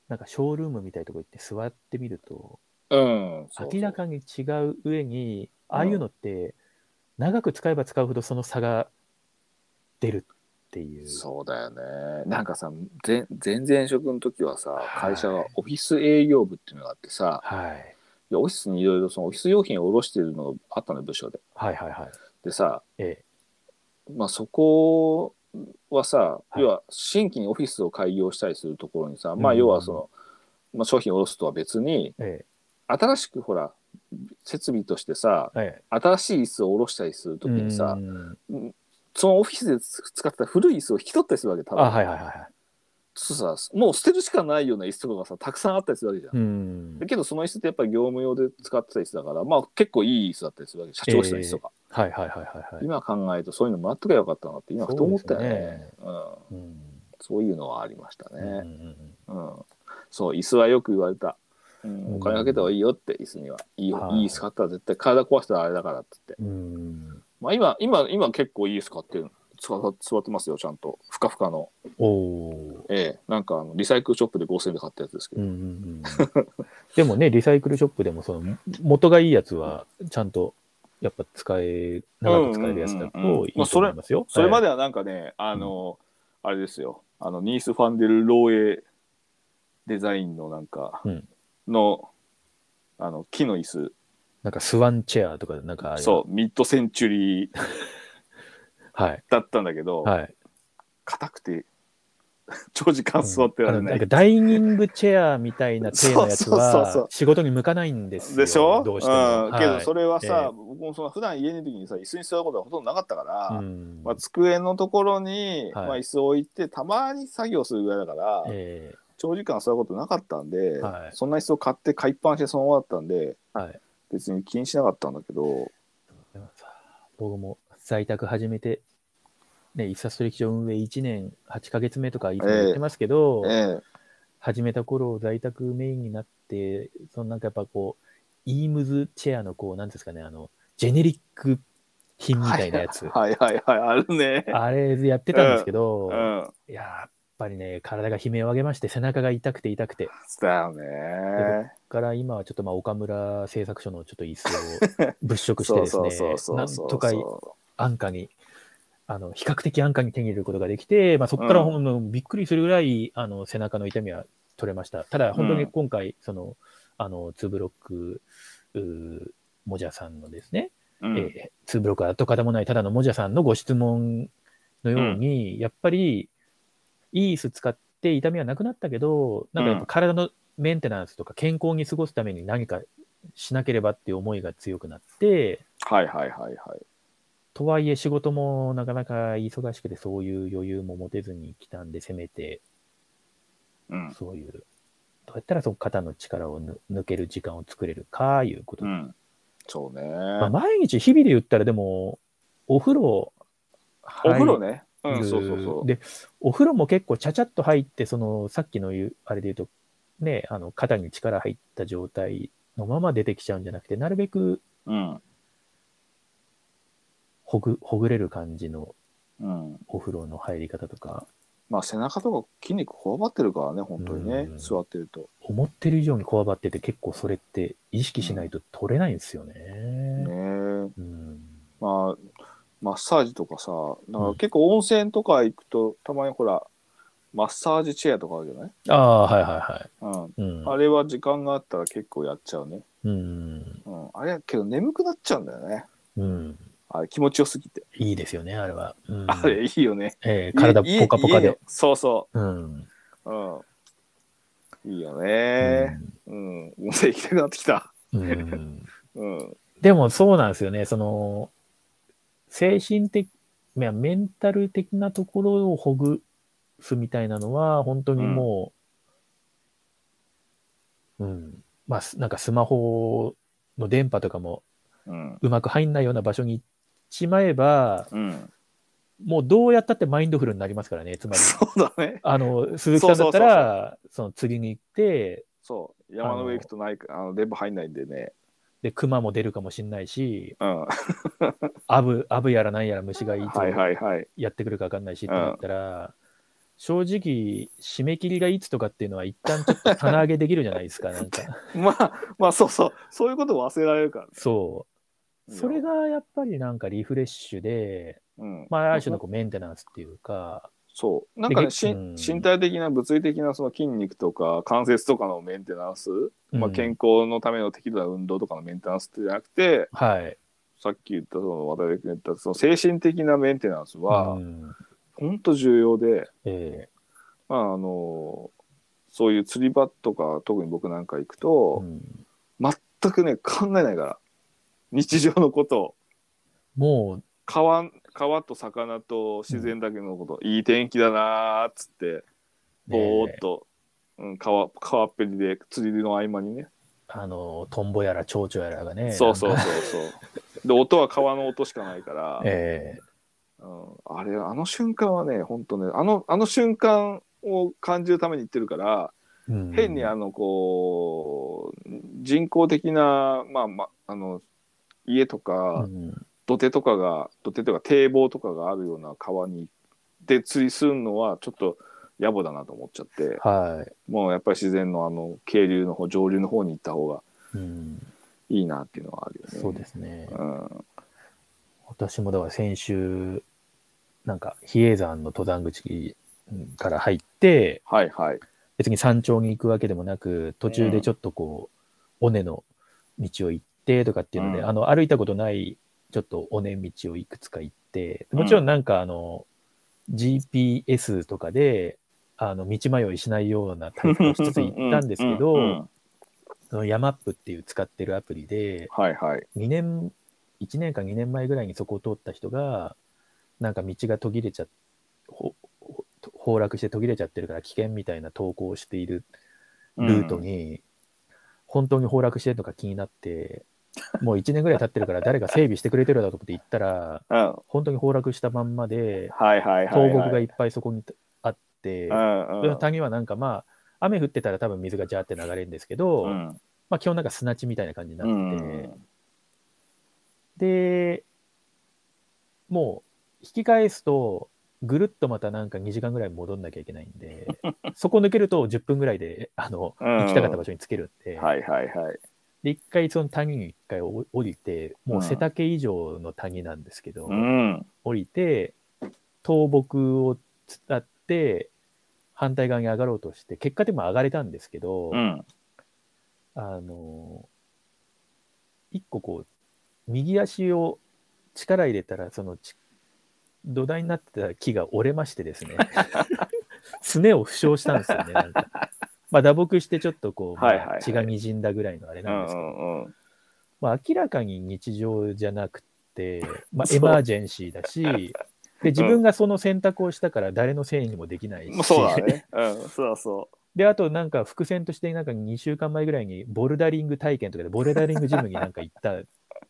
Speaker 2: なんかショールームみたいなとこ行って座ってみると、
Speaker 1: うん。そうそう
Speaker 2: 明らかに違う上に、ああいうのって、長く使えば使うほどその差が出るっていう。
Speaker 1: そうだよね。なんかさ、前前々職の時はさ、
Speaker 2: はい
Speaker 1: 会社がオフィス営業部っていうのがあってさ、
Speaker 2: はい。
Speaker 1: いやオフィスにいろいろそのオフィス用品を卸してるのがあったのよ、部署で。
Speaker 2: はいはいはい。
Speaker 1: でさ、
Speaker 2: ええ。
Speaker 1: まあ、そこはさ、
Speaker 2: はい
Speaker 1: 要は新規にオフィスを開業したりするところにさ、まあ
Speaker 2: うん
Speaker 1: 要はその、まあ、商品を卸すとは別に、
Speaker 2: え
Speaker 1: 新しくほら、設備としてさ、
Speaker 2: え。え
Speaker 1: 新しい椅子を卸したりする
Speaker 2: え。
Speaker 1: ときにさ
Speaker 2: う、ん
Speaker 1: そのオフィスで使ってた古い椅子を引き取ったりするわけ、多分
Speaker 2: あ、はいはいはいはい。
Speaker 1: そうさもう捨てるしかないような椅子とかがさたくさんあったりするわけじゃん、
Speaker 2: うん
Speaker 1: だ。けどその椅子ってやっぱり業務用で使ってた椅子だからまあ結構いい椅子だったりするわけ社長室の椅子とか、
Speaker 2: はいはいはいはいはい。
Speaker 1: 今考えるとそういうのもあっとけばよかったなって今ふと思ったよね
Speaker 2: そう
Speaker 1: そう
Speaker 2: ですね
Speaker 1: ん、
Speaker 2: うん
Speaker 1: そういうのはありました
Speaker 2: うんうん
Speaker 1: ね、
Speaker 2: うん
Speaker 1: うんそう椅子はよく言われた、うん
Speaker 2: うん
Speaker 1: お金かけた方がいいよって椅子にはいいよ、
Speaker 2: はい
Speaker 1: い、い椅子買ったら絶対体壊したらあれだからって言って
Speaker 2: うん。
Speaker 1: まあ今今今結構いい椅子買ってる座座ってますよちゃんとふかふかの
Speaker 2: おお。
Speaker 1: ええなんかあのリサイクルショップで5000円で買ったやつですけ
Speaker 2: う
Speaker 1: ど、
Speaker 2: んうんうん、でもね、リサイクルショップでもその元がいいやつはちゃんとやっぱ使え、長く使えるやつだ
Speaker 1: うんうんうんう
Speaker 2: と
Speaker 1: ん
Speaker 2: いいと思いますよ。
Speaker 1: それま
Speaker 2: で、
Speaker 1: ではなんかね、あの、あれですよ、あの、ニース・ファンデル・ローエデザインのなんか、
Speaker 2: うん
Speaker 1: の、あの、木の椅子、
Speaker 2: なんかスワンチェアとかなんかあれ
Speaker 1: そう、ミッドセンチュリー
Speaker 2: はい。
Speaker 1: だったんだけど、
Speaker 2: はい。
Speaker 1: 硬くて、 長時間 座って
Speaker 2: あ
Speaker 1: られ
Speaker 2: の
Speaker 1: な。
Speaker 2: ないんかダイニングチェアみたいな手のやつ
Speaker 1: そうそうそうそ
Speaker 2: は
Speaker 1: う
Speaker 2: 仕事に向かないんですよ。
Speaker 1: でしょ
Speaker 2: どうしても。
Speaker 1: うん、けどそ
Speaker 2: れ
Speaker 1: れはさ、
Speaker 2: はいええ
Speaker 1: 僕もその普段家にいる時にさ椅子に座ることはほとんどなかったから、
Speaker 2: うん
Speaker 1: まあ、机のところに、
Speaker 2: はい
Speaker 1: まあ、椅子を置いてたまに作業するぐらいだから、
Speaker 2: え
Speaker 1: 長時間座ることなかったんで、
Speaker 2: はい
Speaker 1: そんな椅子を買って買いっぱなしでそのままだったんで、
Speaker 2: えはい。
Speaker 1: 別に気にしなかったんだけど、
Speaker 2: でもさ僕も在宅始めて、ね、一冊取引所運営1年8ヶ月目とかいつも言ってますけど、
Speaker 1: え
Speaker 2: 始めた頃在宅メインになって、そのなんかやっぱこう、イームズチェアのこう、なんていうんですかね、あの、ジェネリック品
Speaker 1: え
Speaker 2: みたいなやつ。
Speaker 1: はいはいはい、あるね。
Speaker 2: あれやってたんですけど、
Speaker 1: うん。
Speaker 2: いや、やっぱりね、体が悲鳴を上げまして、背中が痛くて痛くて、だ
Speaker 1: だよね。
Speaker 2: から今はちょっとまあ岡村製作所のちょっと椅子を物色して
Speaker 1: そう
Speaker 2: です
Speaker 1: そ
Speaker 2: ね
Speaker 1: う そう、そ
Speaker 2: なん
Speaker 1: うそう。
Speaker 2: とか安価に、あの、比較的安価に手に入れることができて、まあ、そこから
Speaker 1: うん
Speaker 2: ほんのびっくりするぐらい、あの、背中の痛みは取れました。ただ、本当
Speaker 1: う
Speaker 2: に
Speaker 1: ん
Speaker 2: 今回、その、あの、ツーブロック、うーもじゃさんのですね、
Speaker 1: うん
Speaker 2: えーツーブロックは跡形もない、ただのもじゃさんのご質問のように、やっぱり、いい椅子使って痛みはなくなったけど、なんかやっぱ体のメンテナンスとか健康に過ごすために何かしなければっていう思いが強くなって、
Speaker 1: はいはいはいはい。
Speaker 2: とはいえ仕事もなかなか忙しくてそういう余裕も持てずに来たんで、せめて
Speaker 1: うん。
Speaker 2: そういう、どうやったらその肩の力をぬ抜ける時間を作れるか、いうこと。
Speaker 1: うん。そうね。
Speaker 2: まあ、毎日日々で言ったらでも、お風呂、
Speaker 1: お風呂
Speaker 2: ね。
Speaker 1: ね。うん、そうそうそう。
Speaker 2: で、お風呂も結構ちゃちゃっと入って、その、さっきの言う、あれで言うと、ね、あの、肩に力入った状態のまま出てきちゃうんじゃなくて、なるべく
Speaker 1: うん。
Speaker 2: ほぐ、ほぐれる感じの
Speaker 1: うん。
Speaker 2: お風呂の入り方とか、
Speaker 1: まあ背中とか筋肉こわばってるからね、本当にね
Speaker 2: う、ん
Speaker 1: 座ってると。
Speaker 2: 思ってる以上にこわばってて、結構それって意識しないと取れないんですよね。
Speaker 1: ねえ
Speaker 2: うん。
Speaker 1: まあ、マッサージとかさ、なんか結構温泉とか行くと、たまにほら、マッサージチェアとかあるじゃない
Speaker 2: ああ、はいは
Speaker 1: うん。
Speaker 2: いはい。うん。
Speaker 1: あれは時間があったら結構やっちゃうね。
Speaker 2: うん。
Speaker 1: うん。あれやけど眠くなっちゃうんだよね。
Speaker 2: うん。
Speaker 1: あれ気持ちよすぎて。
Speaker 2: いいですよね、あれは。うん、
Speaker 1: あれいいよね。
Speaker 2: えー体ポカポ
Speaker 1: いい
Speaker 2: カ
Speaker 1: いい
Speaker 2: で
Speaker 1: よ。そうそ
Speaker 2: うん。
Speaker 1: う。うん。いいよね。うん。温泉行きたくなってきた。
Speaker 2: うんうん
Speaker 1: うん。
Speaker 2: でもそうなんですよね。その、精神的、いやメンタル的なところをほぐすみたいなのは、本当にもう、うん、まあ、すなんかスマホの電波とかも
Speaker 1: うん。
Speaker 2: うまく入んないような場所に行っちまえば、
Speaker 1: うん。
Speaker 2: もうどうやったってマインドフルになりますからね。つまり、
Speaker 1: そうだね。
Speaker 2: あの、鈴木さんだったら、その次に行って、
Speaker 1: そう。山の上行くとないあの、電波入んないんでね。
Speaker 2: で、熊も出るかもしれないし、
Speaker 1: うん。は
Speaker 2: アブ、アブやらなんやら虫がいつ
Speaker 1: いはいはい。
Speaker 2: やってくるか分かんないしってなったら、正直、締め切りがいつとかっていうのは、一旦ちょっと棚上げできるじゃないですか、な んか。
Speaker 1: まあ、まあそうそう。そういうこと忘れられるからね。
Speaker 2: そう。それがやっぱりなんかリフレッシュで、
Speaker 1: うん。
Speaker 2: まあ、ある種のこうメンテナンスっていうか、
Speaker 1: そう。なんかね、
Speaker 2: で
Speaker 1: し
Speaker 2: うん
Speaker 1: 身体的な、物理的なその筋肉とか関節とかのメンテナンス、まあ、
Speaker 2: うん
Speaker 1: 健康のための適度な運動とかのメンテナンスってじゃなくて、
Speaker 2: はい。
Speaker 1: さっき言った、その渡辺君言った、その精神的なメンテナンスは、
Speaker 2: うん
Speaker 1: ほんと重要で、
Speaker 2: え
Speaker 1: まあ、あの、そういう釣り場とか、特に僕なんか行く
Speaker 2: え
Speaker 1: と
Speaker 2: う、ん
Speaker 1: 全くね、考えないから、日常のことを。
Speaker 2: も
Speaker 1: 川川と魚と自然だけのこと、いい天気だなーっつって
Speaker 2: う、ね
Speaker 1: ぼーっと、うん、川川っぺりで釣りの合間にね、
Speaker 2: あの、トンボやら蝶々やらがね。
Speaker 1: そうそう
Speaker 2: なんか
Speaker 1: そう そうで音は川の音しかないから、
Speaker 2: ええ
Speaker 1: うん、あれあの瞬間はね本当ねあのあの瞬間を感じるために行ってるから、
Speaker 2: うん
Speaker 1: 変にあのこう人工的な、まあまあ、あの家とか、
Speaker 2: うん
Speaker 1: 土手とかが土手とか堤防とかがあるような川にで釣りするのはちょっと野暮だなと思っちゃって
Speaker 2: は
Speaker 1: もうやっぱり自然のあの渓流の方上流の方に行った方が
Speaker 2: い。うん。
Speaker 1: いいなっていうのはあるよね。
Speaker 2: そうですね。
Speaker 1: うん
Speaker 2: 私もだから先週、なんか比叡山の登山口から入って、
Speaker 1: はいはい。
Speaker 2: 別に山頂に行くわけでもなく、途中でちょっとこう、尾根の道を行ってとかっていうので、
Speaker 1: うん
Speaker 2: あの、歩いたことない、ちょっと尾根道をいくつか行って、もちろんなんかあの、GPS とかで、あの、道迷いしないような対策をしつつ行ったんですけ
Speaker 1: う
Speaker 2: ど、
Speaker 1: ん
Speaker 2: そのヤマップっていう使ってるアプリで、
Speaker 1: はいはい。
Speaker 2: 2年、1年か2年前ぐらいにそこを通った人が、なんか道が途切れちゃっ、ほほ崩落して途切れちゃってるから危険みたいな投稿をしているルートに、本当に崩落してるのか気になって、もう1年ぐらい経ってるから誰か整備してくれてるだろうと思って行ったら、
Speaker 1: うん。うん
Speaker 2: 本当に崩落したまんまで、
Speaker 1: はいはいはい、はい。
Speaker 2: 倒木がいっぱいそこにあっ
Speaker 1: う
Speaker 2: て、
Speaker 1: ん
Speaker 2: そうの
Speaker 1: ん
Speaker 2: 谷はなんかまあ、雨降ってたら多分水がジャーって流れるんですけど、
Speaker 1: うん
Speaker 2: まあ基本なんか砂地みたいな感じにな
Speaker 1: う
Speaker 2: ってて、
Speaker 1: ん
Speaker 2: で、もう引き返すと、ぐるっとまたなんか2時間ぐらい戻んなきゃいけないん で、そこ抜けると10分ぐらいで、あの、
Speaker 1: うん
Speaker 2: 行きたかった場所につけるんで、
Speaker 1: はいはいはい。
Speaker 2: で、一回その谷に一回お降りて、もう背丈以上の谷なんですけど、
Speaker 1: うん。
Speaker 2: 降りて、倒木を伝って、反対側に上がろうとして、結果でも上がれたんですけど、
Speaker 1: うん。
Speaker 2: あの、一個こう、右足を力入れたら、そのち、土台になってた木が折れましてで すね、すねを負傷したんですよね、なんか。まあ、打撲してちょっとこう、まあ
Speaker 1: はいはいはい
Speaker 2: 血が滲んだぐらいのあれ
Speaker 1: う
Speaker 2: なん
Speaker 1: ん
Speaker 2: ですけど、
Speaker 1: うんうん。
Speaker 2: まあ、明らかに日常じゃなくて、まあ、
Speaker 1: そう
Speaker 2: エマージェンシー だし、で、自分がその選択をしたから誰のせいにもできない
Speaker 1: もう
Speaker 2: し、
Speaker 1: そうだね。うん。そうそう。
Speaker 2: で、あとなんか伏線として、なんか2週間前ぐらいにボルダリング体験とかで、ボルダリングジムになんか行った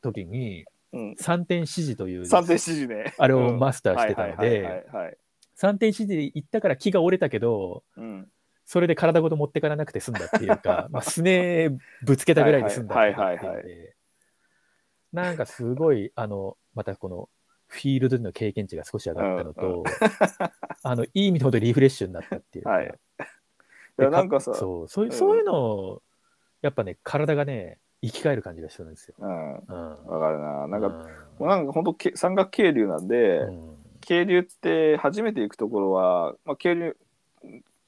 Speaker 2: 時に、
Speaker 1: うん。
Speaker 2: 3点指示という、
Speaker 1: 三点指示ね。
Speaker 2: あれを
Speaker 1: うん
Speaker 2: マスターしてたの
Speaker 1: はいはいは
Speaker 2: で、
Speaker 1: いはいはい。
Speaker 2: 3点指示で行ったから木が折れたけど、
Speaker 1: うん。
Speaker 2: それで体ごと持ってかなくて済んだっていう か、まあ、すねぶつけたぐらいで済んだっていうのがあって
Speaker 1: はいはいは
Speaker 2: なんかすごい、あの、またこの、フィールドでの経験値が少し上がったのと、 あの、いい意味のほどリフレッシュになったっていうか。
Speaker 1: はいい
Speaker 2: で
Speaker 1: や、なんかさ、
Speaker 2: そうそういう
Speaker 1: うん
Speaker 2: そういうのを、やっぱね、体がね、生き返る感じがするんですよ。
Speaker 1: うん。
Speaker 2: うん。
Speaker 1: わかるな。なんか、
Speaker 2: う
Speaker 1: なんか本当け山岳渓流なんで、
Speaker 2: うん
Speaker 1: 渓流って初めて行くところは、まあ、渓流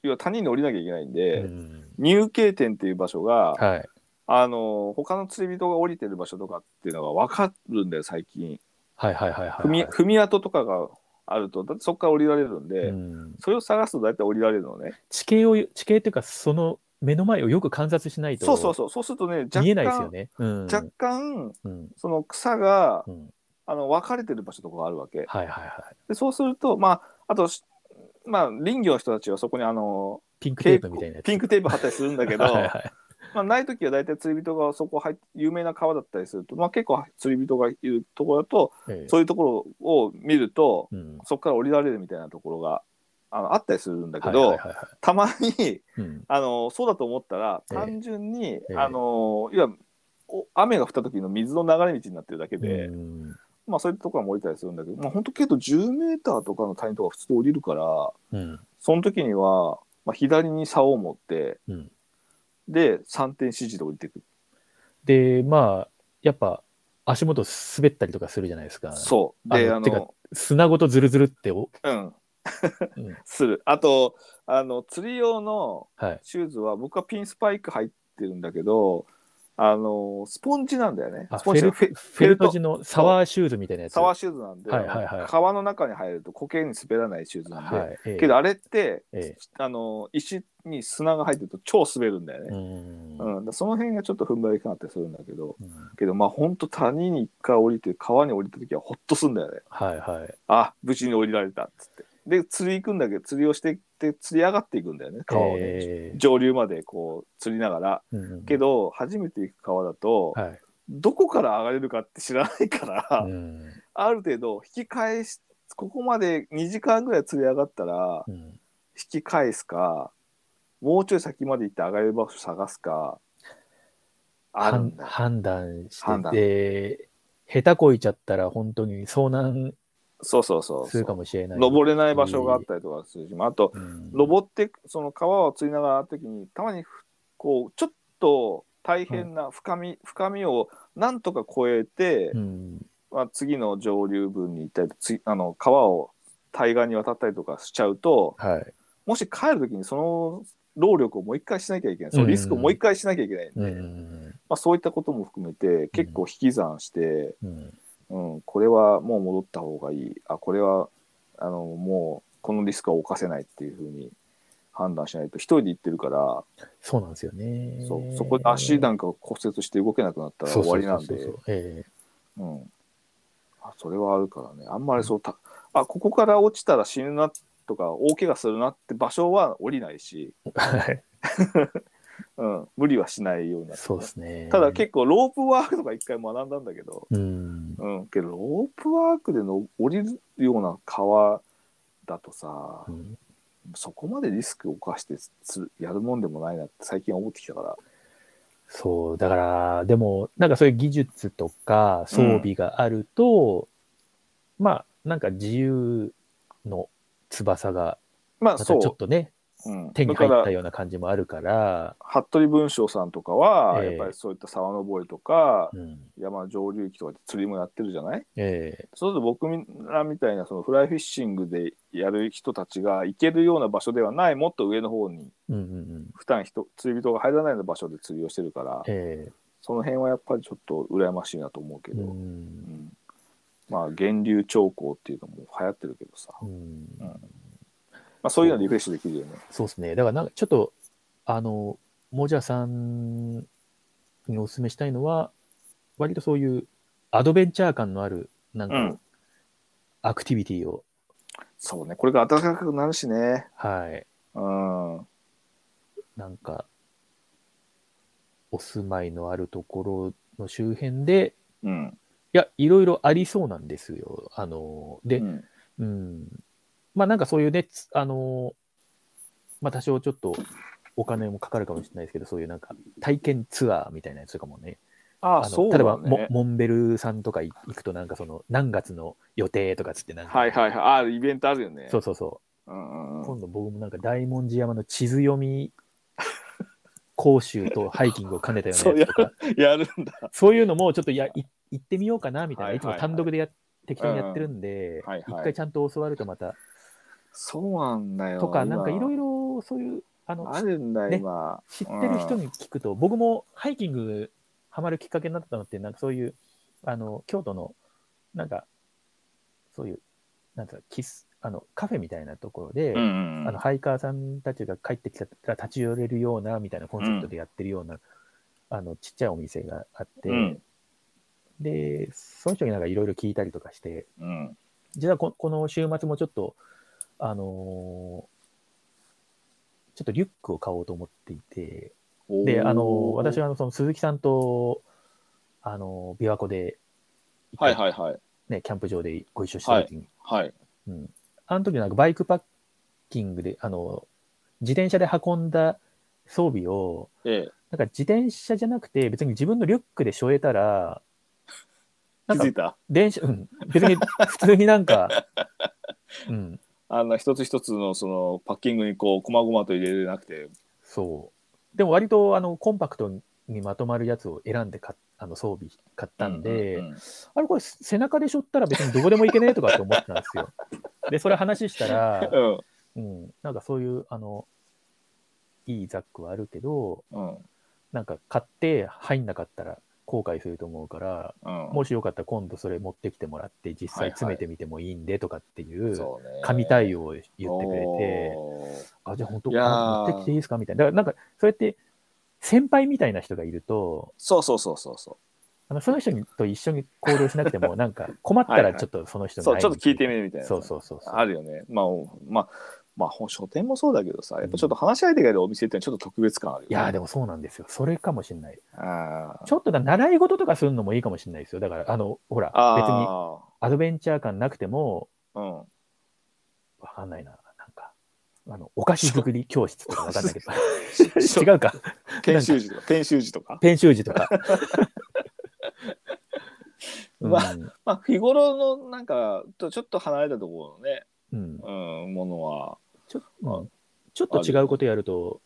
Speaker 1: 要は谷に降りなきゃいけないんで、
Speaker 2: うん
Speaker 1: 入渓点っていう場所が、
Speaker 2: はい。
Speaker 1: あの他の釣り人が降りてる場所とかっていうのが分かるんだよ最近
Speaker 2: はいはいはいは
Speaker 1: 踏
Speaker 2: い、
Speaker 1: み,、踏み跡とかがあるとだってそこから降りられるんで、
Speaker 2: うん
Speaker 1: それを探すと大体降りられるのね
Speaker 2: 地形を、地形っていうか、その目の前をよく観察しないと。
Speaker 1: そうそうそうそうするとね若干
Speaker 2: 見えないですよね。うん。
Speaker 1: 若干
Speaker 2: うん。
Speaker 1: その草が
Speaker 2: うん。
Speaker 1: あの分かれてる場所とかがあるわけ
Speaker 2: はいはいはい。
Speaker 1: でそうするとまああとしまあ林業の人たちはそこにあの
Speaker 2: ピンクテープみたいなやつ。
Speaker 1: ピンクテープ貼ったりするんだけど
Speaker 2: はいはい。
Speaker 1: まあない時は大体釣り人がそこ入っ有名な川だったりすると、まあ、結構釣り人がいるところだと
Speaker 2: ええ
Speaker 1: そういうところを見ると
Speaker 2: うん。
Speaker 1: そこから降りられるみたいなところがあのあったりするんだけど、
Speaker 2: はいはいはいは
Speaker 1: たまに
Speaker 2: いうん。
Speaker 1: あのそうだと思ったら
Speaker 2: ええ
Speaker 1: 単純に、
Speaker 2: え
Speaker 1: あのいわゆるお雨が降った時の水の流れ道になってるだけで、
Speaker 2: うん
Speaker 1: まあ、そういったところも降りたりするんだけど、まあ、本当けど10メーターとかの谷とか普通降りるから。
Speaker 2: うん。
Speaker 1: その時には、まあ、左に竿を持って、
Speaker 2: うん
Speaker 1: で3点指示で降りてくる
Speaker 2: で、まあ、やっぱ、足元滑ったりとかするじゃないですか。
Speaker 1: そうで
Speaker 2: あ
Speaker 1: あ
Speaker 2: のてか
Speaker 1: の
Speaker 2: 砂ごとズルズルってお、
Speaker 1: うん
Speaker 2: うん、
Speaker 1: するあとあの釣り用の
Speaker 2: はい。
Speaker 1: シューズは僕はピンスパイク入ってるんだけどあのスポンジなんだよね
Speaker 2: あ
Speaker 1: スポンジじゃない
Speaker 2: フ
Speaker 1: フェ
Speaker 2: フェルト
Speaker 1: フ
Speaker 2: 地のサワーシューズみたいなやつ。
Speaker 1: サワーシューズなんで、
Speaker 2: はいはいはい
Speaker 1: 川の中に入ると苔に滑らないシューズなんで、
Speaker 2: はい。ええ
Speaker 1: けど、あれって、
Speaker 2: ええ
Speaker 1: あの石に砂が入ってると超滑るんだよ
Speaker 2: う
Speaker 1: ね、
Speaker 2: ん
Speaker 1: うんだからその辺がちょっと踏ん張りかなったりするんだけど、
Speaker 2: うん
Speaker 1: けどまあほんと谷に一回降りて川に降りた時はほっとすんだよね
Speaker 2: はいはい。
Speaker 1: あ無事に降りられたっつってで釣り行くんだけど釣りをしてって釣り上がっていくんだよね川をね、
Speaker 2: ええ
Speaker 1: 上流までこう釣りながら
Speaker 2: うん
Speaker 1: けど初めて行く川だと、
Speaker 2: はい。
Speaker 1: どこから上がれるかって知らないから、
Speaker 2: うん
Speaker 1: ある程度引き返しここまで2時間ぐらい釣り上がったら
Speaker 2: うん
Speaker 1: 引き返すかもうちょい先まで行って上がれる場所探すかあるん
Speaker 2: 判
Speaker 1: だ
Speaker 2: 判断し
Speaker 1: 判
Speaker 2: て
Speaker 1: 断
Speaker 2: て、下手こいちゃったら本当に遭難
Speaker 1: そうそうそう
Speaker 2: す
Speaker 1: そう
Speaker 2: るかもしれない。
Speaker 1: 登れない場所があったりとかするし、まあ、あと
Speaker 2: うん
Speaker 1: 登ってその川を釣りながらあった時にたまにふこうちょっと大変な深み、深みをなんとか越えて、
Speaker 2: うん
Speaker 1: まあ、次の上流部に行ったりつあの川を対岸に渡ったりとかしちゃうと
Speaker 2: はい。
Speaker 1: もし帰る時にその労力をもう一回しなきゃいけないそのリスクをもう一回しなきゃいけないんで、
Speaker 2: うん
Speaker 1: まあ、そういったことも含めて結構引き算して。
Speaker 2: うん
Speaker 1: うん、これはもう戻った方がいい、あこれはあのもうこのリスクは犯せないっていうふうに判断しないと、一人で行ってるから、
Speaker 2: そうなんですよね。
Speaker 1: そうそこで足なんか骨折して動けなくなったら終わりなん
Speaker 2: そうそう
Speaker 1: で
Speaker 2: そう、そうええ
Speaker 1: うんあそれはあるからね、あんまりそうた、あここから落ちたら死ぬなとか、大怪我するなって場所は降りないし、
Speaker 2: はい
Speaker 1: うん、無理はしないようになって
Speaker 2: そうですね。
Speaker 1: ただ結構ロープワークとか一回学んだんだけど、
Speaker 2: うん。
Speaker 1: うん、けどロープワークでの降りるような川だとさ、
Speaker 2: うん
Speaker 1: そこまでリスクを冒してつるやるもんでもないなって最近思ってきたから
Speaker 2: そう、だから、でも、なんかそういう技術とか装備があると、まあ、なんか自由の翼が、
Speaker 1: まあ
Speaker 2: またちょ
Speaker 1: そ
Speaker 2: っとね、
Speaker 1: う、うん、
Speaker 2: 手に
Speaker 1: だか
Speaker 2: 入っ
Speaker 1: ら
Speaker 2: たような感じもあるから、
Speaker 1: 服部文章さんとかは、
Speaker 2: ええ
Speaker 1: やっぱりそういった沢登りとか、
Speaker 2: うん
Speaker 1: 山上流域とかで釣りもやってるじゃない
Speaker 2: ええ
Speaker 1: そうすると僕らみたいなそのフライフィッシングでやる人たちが行けるような場所ではないもっと上の方に
Speaker 2: うんうんうん、
Speaker 1: 普段人釣り人が入らないような場所で釣りをしてるから
Speaker 2: え
Speaker 1: その辺はやっぱりちょっと羨ましいなと思うけ
Speaker 2: えう
Speaker 1: ど。
Speaker 2: ん、
Speaker 1: うんまあ源流長江っていうのも流行ってるけどさ、ま
Speaker 2: うん、
Speaker 1: あ、そういうのリフレッシュできるよね。
Speaker 2: そうですね。だから、なんかちょっと、あの、もじゃさんにお勧めしたいのは、割とそういうアドベンチャー感のある、なん
Speaker 1: う
Speaker 2: か
Speaker 1: ん、
Speaker 2: アクティビティを、
Speaker 1: そうねこれが暖かくなるしね
Speaker 2: はい、
Speaker 1: うんうん
Speaker 2: なんか、お住まいのあるところの周辺で、や、いろいろありそうなんですよ。あの、で、
Speaker 1: うん
Speaker 2: うん、まあなんかそういうね、つあのーまあ多少ちょっとお金もかかるかもしれないですけど、そういうなんか体験ツアーみたいなやつとかもね、
Speaker 1: あ
Speaker 2: あの
Speaker 1: そうだ
Speaker 2: 例えばモ
Speaker 1: ね。
Speaker 2: モンベルさんとか行行くとなんかその何月の予定とかつってなんか、
Speaker 1: はいはいはい。ああ、イベントあるよね。
Speaker 2: そうそうそうう、
Speaker 1: んうんうん。
Speaker 2: 今度僕もなんか大文字山の地図読み講習とハイキングを兼ねたようなやつと か、
Speaker 1: やるんだ。
Speaker 2: そういうのもちょっといやい行ってみようかなみたいな、
Speaker 1: はいい
Speaker 2: つも
Speaker 1: はい
Speaker 2: 単独でや適当にやってるんで、
Speaker 1: うんはいはい
Speaker 2: 一回ちゃんと教わるとまた
Speaker 1: そうなんだよ。
Speaker 2: とか、なんかいろ
Speaker 1: い
Speaker 2: いろそういう、あの
Speaker 1: ろ、あるんだよ、
Speaker 2: ね
Speaker 1: 今。
Speaker 2: 知ってる人に聞くと、僕もハイキングハマるきっかけになったのって、なんかそういう、あの、京都の、なんか、そういう、なんつうの、キス、あの、カフェみたいなところで、
Speaker 1: うんうんうん
Speaker 2: あの、ハイカーさんたちが帰ってきたら立ち寄れるような、みたいなコンセプトでやってるような、あの、ちっちゃいお店があって、
Speaker 1: うん
Speaker 2: で、その人になんかいろいろ聞いたりとかして、
Speaker 1: うん
Speaker 2: 実はここの週末もちょっと、あのーちょっとリュックを買おうと思っていて、で、あのー私は、あのその鈴木さんと、あのー琵琶湖で、
Speaker 1: おーはいはいはい。
Speaker 2: ね、キャンプ場でご一緒した時に、
Speaker 1: はい。
Speaker 2: うん、あの時なんかバイクパッキングで、あのー自転車で運んだ装備を、
Speaker 1: え
Speaker 2: なんか自転車じゃなくて、別に自分のリュックでしょえたら、
Speaker 1: え、気
Speaker 2: なんか
Speaker 1: づいた
Speaker 2: 電車、うん、別に普通にな んか、うん、
Speaker 1: あの、一つ一つの、その、パッキングにこう、こまごまと入れれなくて。
Speaker 2: そう。でも割とあのコンパクトにまとまるやつを選んで買っあの装備買ったんで、
Speaker 1: うんうんうん
Speaker 2: あれこれ背中でしょったら別にどこでもいけねえとかって思ってたんで すよ。で、それ話したら、
Speaker 1: うん。
Speaker 2: うん、なんかそういう、あの、いいザックはあるけど、
Speaker 1: うん。
Speaker 2: なんか買って入んなかったら後悔すると思うから、
Speaker 1: うん。
Speaker 2: もしよかったら今度それ持ってきてもらって実際詰めてみてもいいんでとかっていう、
Speaker 1: そうね
Speaker 2: 神対応を言ってくれて、
Speaker 1: おー
Speaker 2: あ、じゃあ本当、
Speaker 1: いやー
Speaker 2: あ持ってきていいですかみたいな。だからなんか、そうやって、先輩みたいな人がいると、
Speaker 1: そうそうそうそうそ
Speaker 2: あのその人にと一緒に行動しなく ても、なんか困った
Speaker 1: は
Speaker 2: ら
Speaker 1: いはい
Speaker 2: ちょっとその人
Speaker 1: う。
Speaker 2: に
Speaker 1: そう、
Speaker 2: 会
Speaker 1: ちょっ
Speaker 2: に
Speaker 1: と聞いてみるみたいな。
Speaker 2: そうそうそうそう。
Speaker 1: あるよね。まあ、おまあ、まあ、ほ書店もそうだけどさ、やっぱちょっと話し相手がいるお店ってのはちょっと特別感あるよ、ね。
Speaker 2: いやーでもそうなんですよ。それかもしれない。
Speaker 1: あー
Speaker 2: ちょっとだ習い事とかするのもいいかもしれないですよ。だから、あの、ほら、別に
Speaker 1: あ
Speaker 2: アドベンチャー感なくても、
Speaker 1: ー。うん。
Speaker 2: わかんないな。なんか、あの、お菓子作り教室とかわかんないけど、
Speaker 1: そ
Speaker 2: 違うか。
Speaker 1: 研修時とか、研修時とか。
Speaker 2: 編集時 とか。うん
Speaker 1: まあまあ、日頃のなんか、とちょっと離れたところのね、
Speaker 2: うん、
Speaker 1: うん、ものは、
Speaker 2: ちょうんちょっと違うことやると、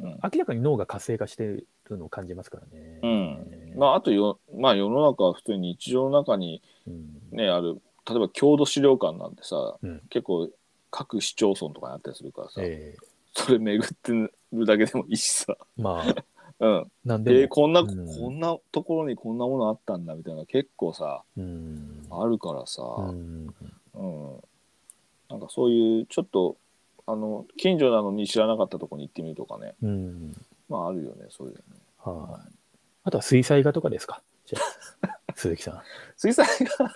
Speaker 1: うん。
Speaker 2: 明らかに脳が活性化してるのを感じますからね。
Speaker 1: うんまあ、あとよ、まあ、世の中は普通に日常の中に
Speaker 2: うん
Speaker 1: ね、ある、例えば郷土資料館なんてさ、
Speaker 2: うん
Speaker 1: 結構、各市町村とかにあったりするからさ、
Speaker 2: え
Speaker 1: それ巡ってるだけでもいいしさ、
Speaker 2: えま あ、
Speaker 1: うん、
Speaker 2: なんで
Speaker 1: えー
Speaker 2: も、
Speaker 1: こんな、
Speaker 2: うん
Speaker 1: こんなところにこんなものあったんだみたいな結構さ
Speaker 2: うん
Speaker 1: あるからさ、
Speaker 2: うん
Speaker 1: うんなんかそういうちょっとあの近所なのに知らなかったとこに行ってみるとかね
Speaker 2: うん
Speaker 1: まああるよねそういうのね
Speaker 2: はいあとは水彩画とかですか、じゃ あ鈴木さん。
Speaker 1: 水彩画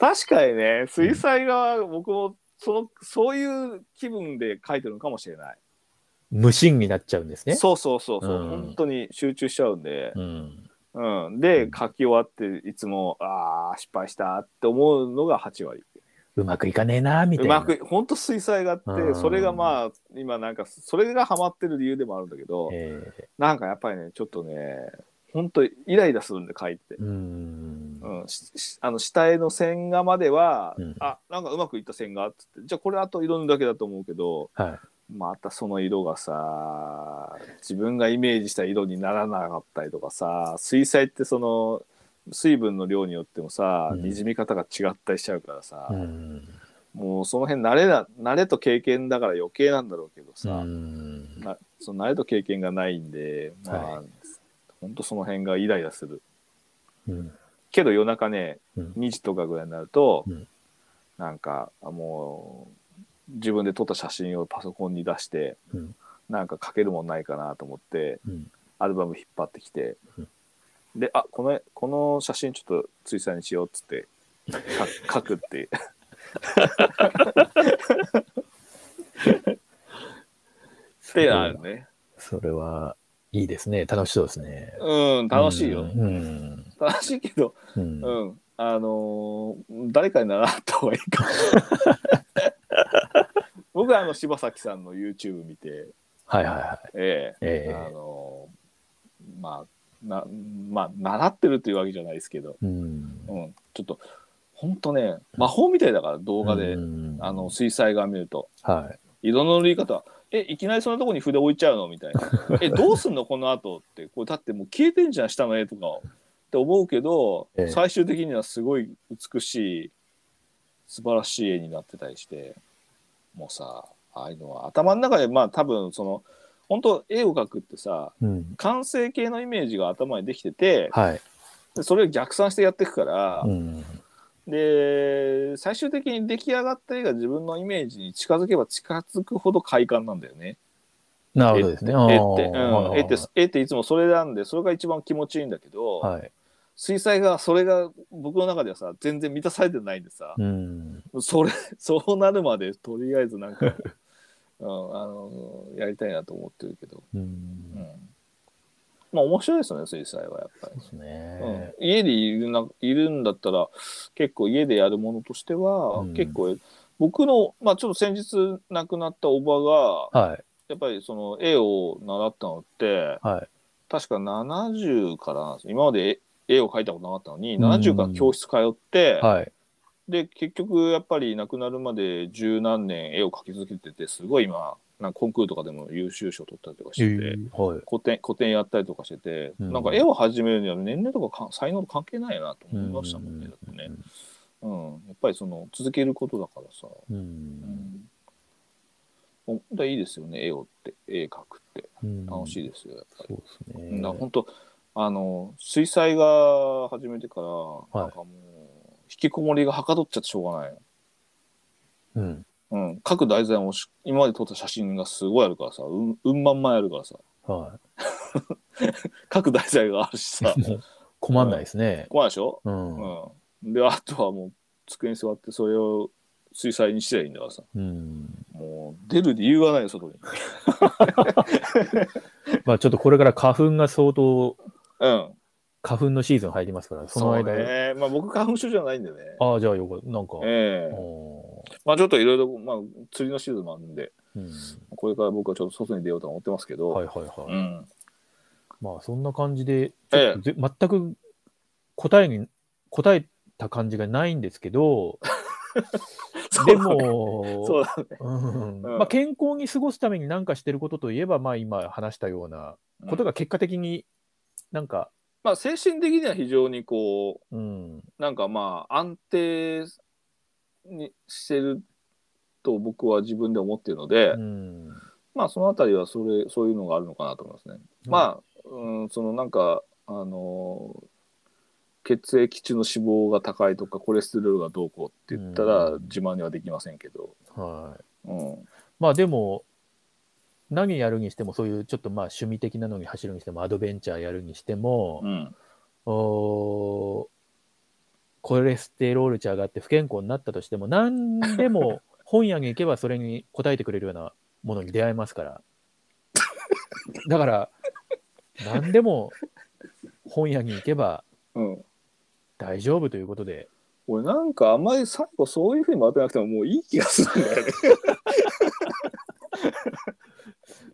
Speaker 1: 確かにね水彩画は僕もそのそういう気分で描いてるのかもしれない、
Speaker 2: 無心になっちゃうんですね。
Speaker 1: そうそうそうそう、
Speaker 2: うん
Speaker 1: 本当に集中しちゃうんで、
Speaker 2: うん
Speaker 1: うん、で描き終わっていつもああ失敗したって思うのが8割
Speaker 2: うまくいかねえな、みたいうな。
Speaker 1: まく本当水彩画って
Speaker 2: うん
Speaker 1: それがまあ今なんかそれがハマってる理由でもあるんだけど
Speaker 2: ええ
Speaker 1: なんかやっぱりねちょっとね本当イライラするんで描いて、
Speaker 2: うん
Speaker 1: うん、ししあの下絵の線画までは、
Speaker 2: うん
Speaker 1: あなんかうまくいった線画っつってじゃあこれあと色塗るだけだと思うけど
Speaker 2: は
Speaker 1: またその色がさ自分がイメージした色にならなかったりとかさ水彩ってその水分の量によってもさ、
Speaker 2: うん
Speaker 1: にじみ方が違ったりしちゃうからさ、
Speaker 2: い。うん
Speaker 1: もうその辺慣れな慣れと経験だから余計なんだろうけど
Speaker 2: う
Speaker 1: さ、
Speaker 2: ん
Speaker 1: なその慣れと経験がないんで、まあ
Speaker 2: は
Speaker 1: 本当その辺がイライラする
Speaker 2: うん
Speaker 1: けど夜中ね
Speaker 2: うん
Speaker 1: 2時とかぐらいになると、
Speaker 2: うん
Speaker 1: なんかあもう自分で撮った写真をパソコンに出して、
Speaker 2: うん
Speaker 1: なんか書けるもんないかなと思って
Speaker 2: うん
Speaker 1: アルバム引っ張ってきて、
Speaker 2: うん
Speaker 1: であこの絵この写真ちょっと水彩にしようっつってか書 くっていうっていうのあるね。
Speaker 2: それは、いいですね。楽しそうですね。
Speaker 1: うん、楽しいよ。
Speaker 2: うん。
Speaker 1: 正しいけど、
Speaker 2: うん
Speaker 1: うん、あのー誰かに習った方がいい かも。僕はあの柴崎さんの YouTube 見て、
Speaker 2: はいはいはい。
Speaker 1: ええ
Speaker 2: え
Speaker 1: あ
Speaker 2: え
Speaker 1: のーまあなまあ習ってるというわけじゃないですけど、
Speaker 2: うん
Speaker 1: うん、ちょっと本当ね魔法みたいだから動画で、
Speaker 2: うん
Speaker 1: あの水彩画見ると
Speaker 2: はい。
Speaker 1: 色の塗り方えいきなりそんなとこに筆置いちゃうのみたいなえどうすんのこの後ってこれだってもう消えてんじゃん下の絵とかって思うけど、
Speaker 2: ええ
Speaker 1: 最終的にはすごい美しい素晴らしい絵になってたりしてもうさああいうのは頭の中でまあ多分その本当絵を描くってさ
Speaker 2: うん
Speaker 1: 完成形のイメージが頭にできてて
Speaker 2: はい。
Speaker 1: でそれを逆算してやっていくから、
Speaker 2: うん
Speaker 1: で最終的に出来上がった絵が自分のイメージに近づけば近づくほど快感なんだよね。
Speaker 2: なるほどですね。
Speaker 1: 絵
Speaker 2: あ
Speaker 1: って,、うん、
Speaker 2: ー
Speaker 1: 絵って絵っていつもそれなんでそれが一番気持ちいいんだけど、
Speaker 2: はい。
Speaker 1: 水彩画はそれが僕の中ではさ全然満たされてないんでさ、
Speaker 2: うん。
Speaker 1: それ そうなるまでとりあえずなん か、うん、あのやりたいなと思ってるけど、
Speaker 2: う
Speaker 1: うん
Speaker 2: ん。
Speaker 1: まあ面白いですよね水彩はやっぱり
Speaker 2: で。すね。
Speaker 1: うん、家でいるないるんだったら結構家でやるものとしては、
Speaker 2: うん
Speaker 1: 結構僕の、まあ、ちょっと先日亡くなったおばが
Speaker 2: はい。
Speaker 1: やっぱりその絵を習ったのって
Speaker 2: はい。
Speaker 1: 確か70からなんです今まで絵絵を描いたことなかったのに
Speaker 2: うん
Speaker 1: 70から教室通って、
Speaker 2: はい。
Speaker 1: で結局やっぱり亡くなるまで十何年絵を描き続けててすごい今なんかコンクールとかでも優秀賞取ったりとかしてて。
Speaker 2: はい。
Speaker 1: 古典古典やったりとかしてて、
Speaker 2: うん
Speaker 1: なんか絵を始めるには年齢とかか才能と関係ないなと思いましたもんね、だってね、うん、やっぱりその続けることだからさ、
Speaker 2: うん。
Speaker 1: うん、おだからいいですよね絵をって絵描くって
Speaker 2: うん
Speaker 1: 楽しいですよやっぱ
Speaker 2: そ
Speaker 1: り、
Speaker 2: うです
Speaker 1: うん、
Speaker 2: ね。
Speaker 1: だから本当あの水彩画始めてから、
Speaker 2: い
Speaker 1: なんかもう引きこもりがはかどっちゃってしょうがない
Speaker 2: うん。
Speaker 1: うん、描く題材もし今まで撮った写真がすごいあるからさうんうんまんまあるからさ
Speaker 2: は
Speaker 1: 描く題材があるし さ
Speaker 2: い。困んないですね。
Speaker 1: 怖いでしょ
Speaker 2: うん。
Speaker 1: うん、であとはもう机に座ってそれを水彩にしてりゃいいんだからさ
Speaker 2: うん。
Speaker 1: もう出る理由がないよ外に、
Speaker 2: まあちょっとこれから花粉が相当、
Speaker 1: うん、
Speaker 2: 花粉のシーズン入りますから、その間。
Speaker 1: そうねまあ僕花粉症じゃないんでね
Speaker 2: ああ、じゃあよかった。なんか、
Speaker 1: ええ
Speaker 2: お
Speaker 1: まあちょっといろいろまあ釣りのシーズンもあるんで
Speaker 2: ーうん
Speaker 1: これから僕はちょっと外に出ようとは思ってますけど、
Speaker 2: はいはいはい。
Speaker 1: うん、
Speaker 2: まあそんな感じで、ち
Speaker 1: ええ
Speaker 2: ょっとぜ全く答えに、答えた感じがないんです けど、でも、
Speaker 1: そうだね
Speaker 2: うん
Speaker 1: うん
Speaker 2: まあ、健康に過ごすために何かしてることといえば、まあ、今話したようなことが結果的になんか、
Speaker 1: まあ精神的には非常にこ
Speaker 2: うん、
Speaker 1: うなんかまあ安定にしてると僕は自分で思ってるので、
Speaker 2: うん
Speaker 1: まあそのあたりはそれそういうのがあるのかなと思いますね。まあ、うん、そのなんか、あのー血液中の脂肪が高いとかコレステロールがどうこうって言ったら
Speaker 2: うん
Speaker 1: 自慢にはできませんけど、
Speaker 2: はい、
Speaker 1: うん、
Speaker 2: まあでも、何やるにしても、そういうちょっとまあ趣味的なのに走るにしても、アドベンチャーやるにしても
Speaker 1: う、ん、
Speaker 2: おーコレステロール値上がって不健康になったとしても、何でも本屋に行けばそれに応えてくれるようなものに出会えますから。だから、何でも本屋に行けば
Speaker 1: うん。
Speaker 2: 大丈夫ということで、
Speaker 1: 俺なんかあんまり最後そういうふうに回ってなくてももういい気がするんだ よね。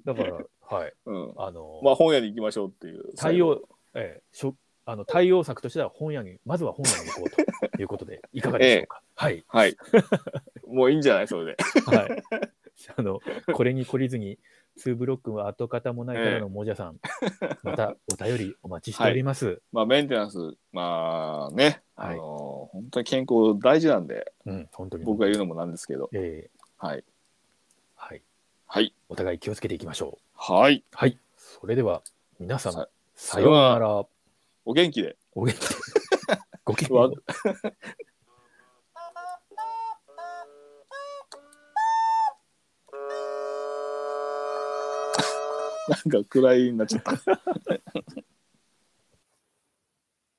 Speaker 2: だから、はい、
Speaker 1: うん、
Speaker 2: あの、
Speaker 1: まあ本屋に行きましょうっていう。
Speaker 2: 対応、ええしょあの対応策としては本屋に、まずは本屋に行こうということで、いかがでしょうか。はい。
Speaker 1: はい。もういいんじゃないそれで。
Speaker 2: はい。 あの、これに懲りずに、ツーブロックは跡形もないただのもじゃさ ん、またお便りお待ちしております。
Speaker 1: まあメンテナンス、まあね、
Speaker 2: はい
Speaker 1: あのー本当に健康大事なんで、
Speaker 2: うん、本当に。
Speaker 1: 僕が言うのもなんですけど、
Speaker 2: えー
Speaker 1: はい。
Speaker 2: はい。
Speaker 1: はい。
Speaker 2: お互い気をつけていきましょう。
Speaker 1: はい。
Speaker 2: はい。それでは、皆様
Speaker 1: さ、
Speaker 2: さような
Speaker 1: さ
Speaker 2: ら。
Speaker 1: お元気で。
Speaker 2: お 元気でごきげんよ
Speaker 1: わ
Speaker 2: う。
Speaker 1: なんか暗いになっちゃった。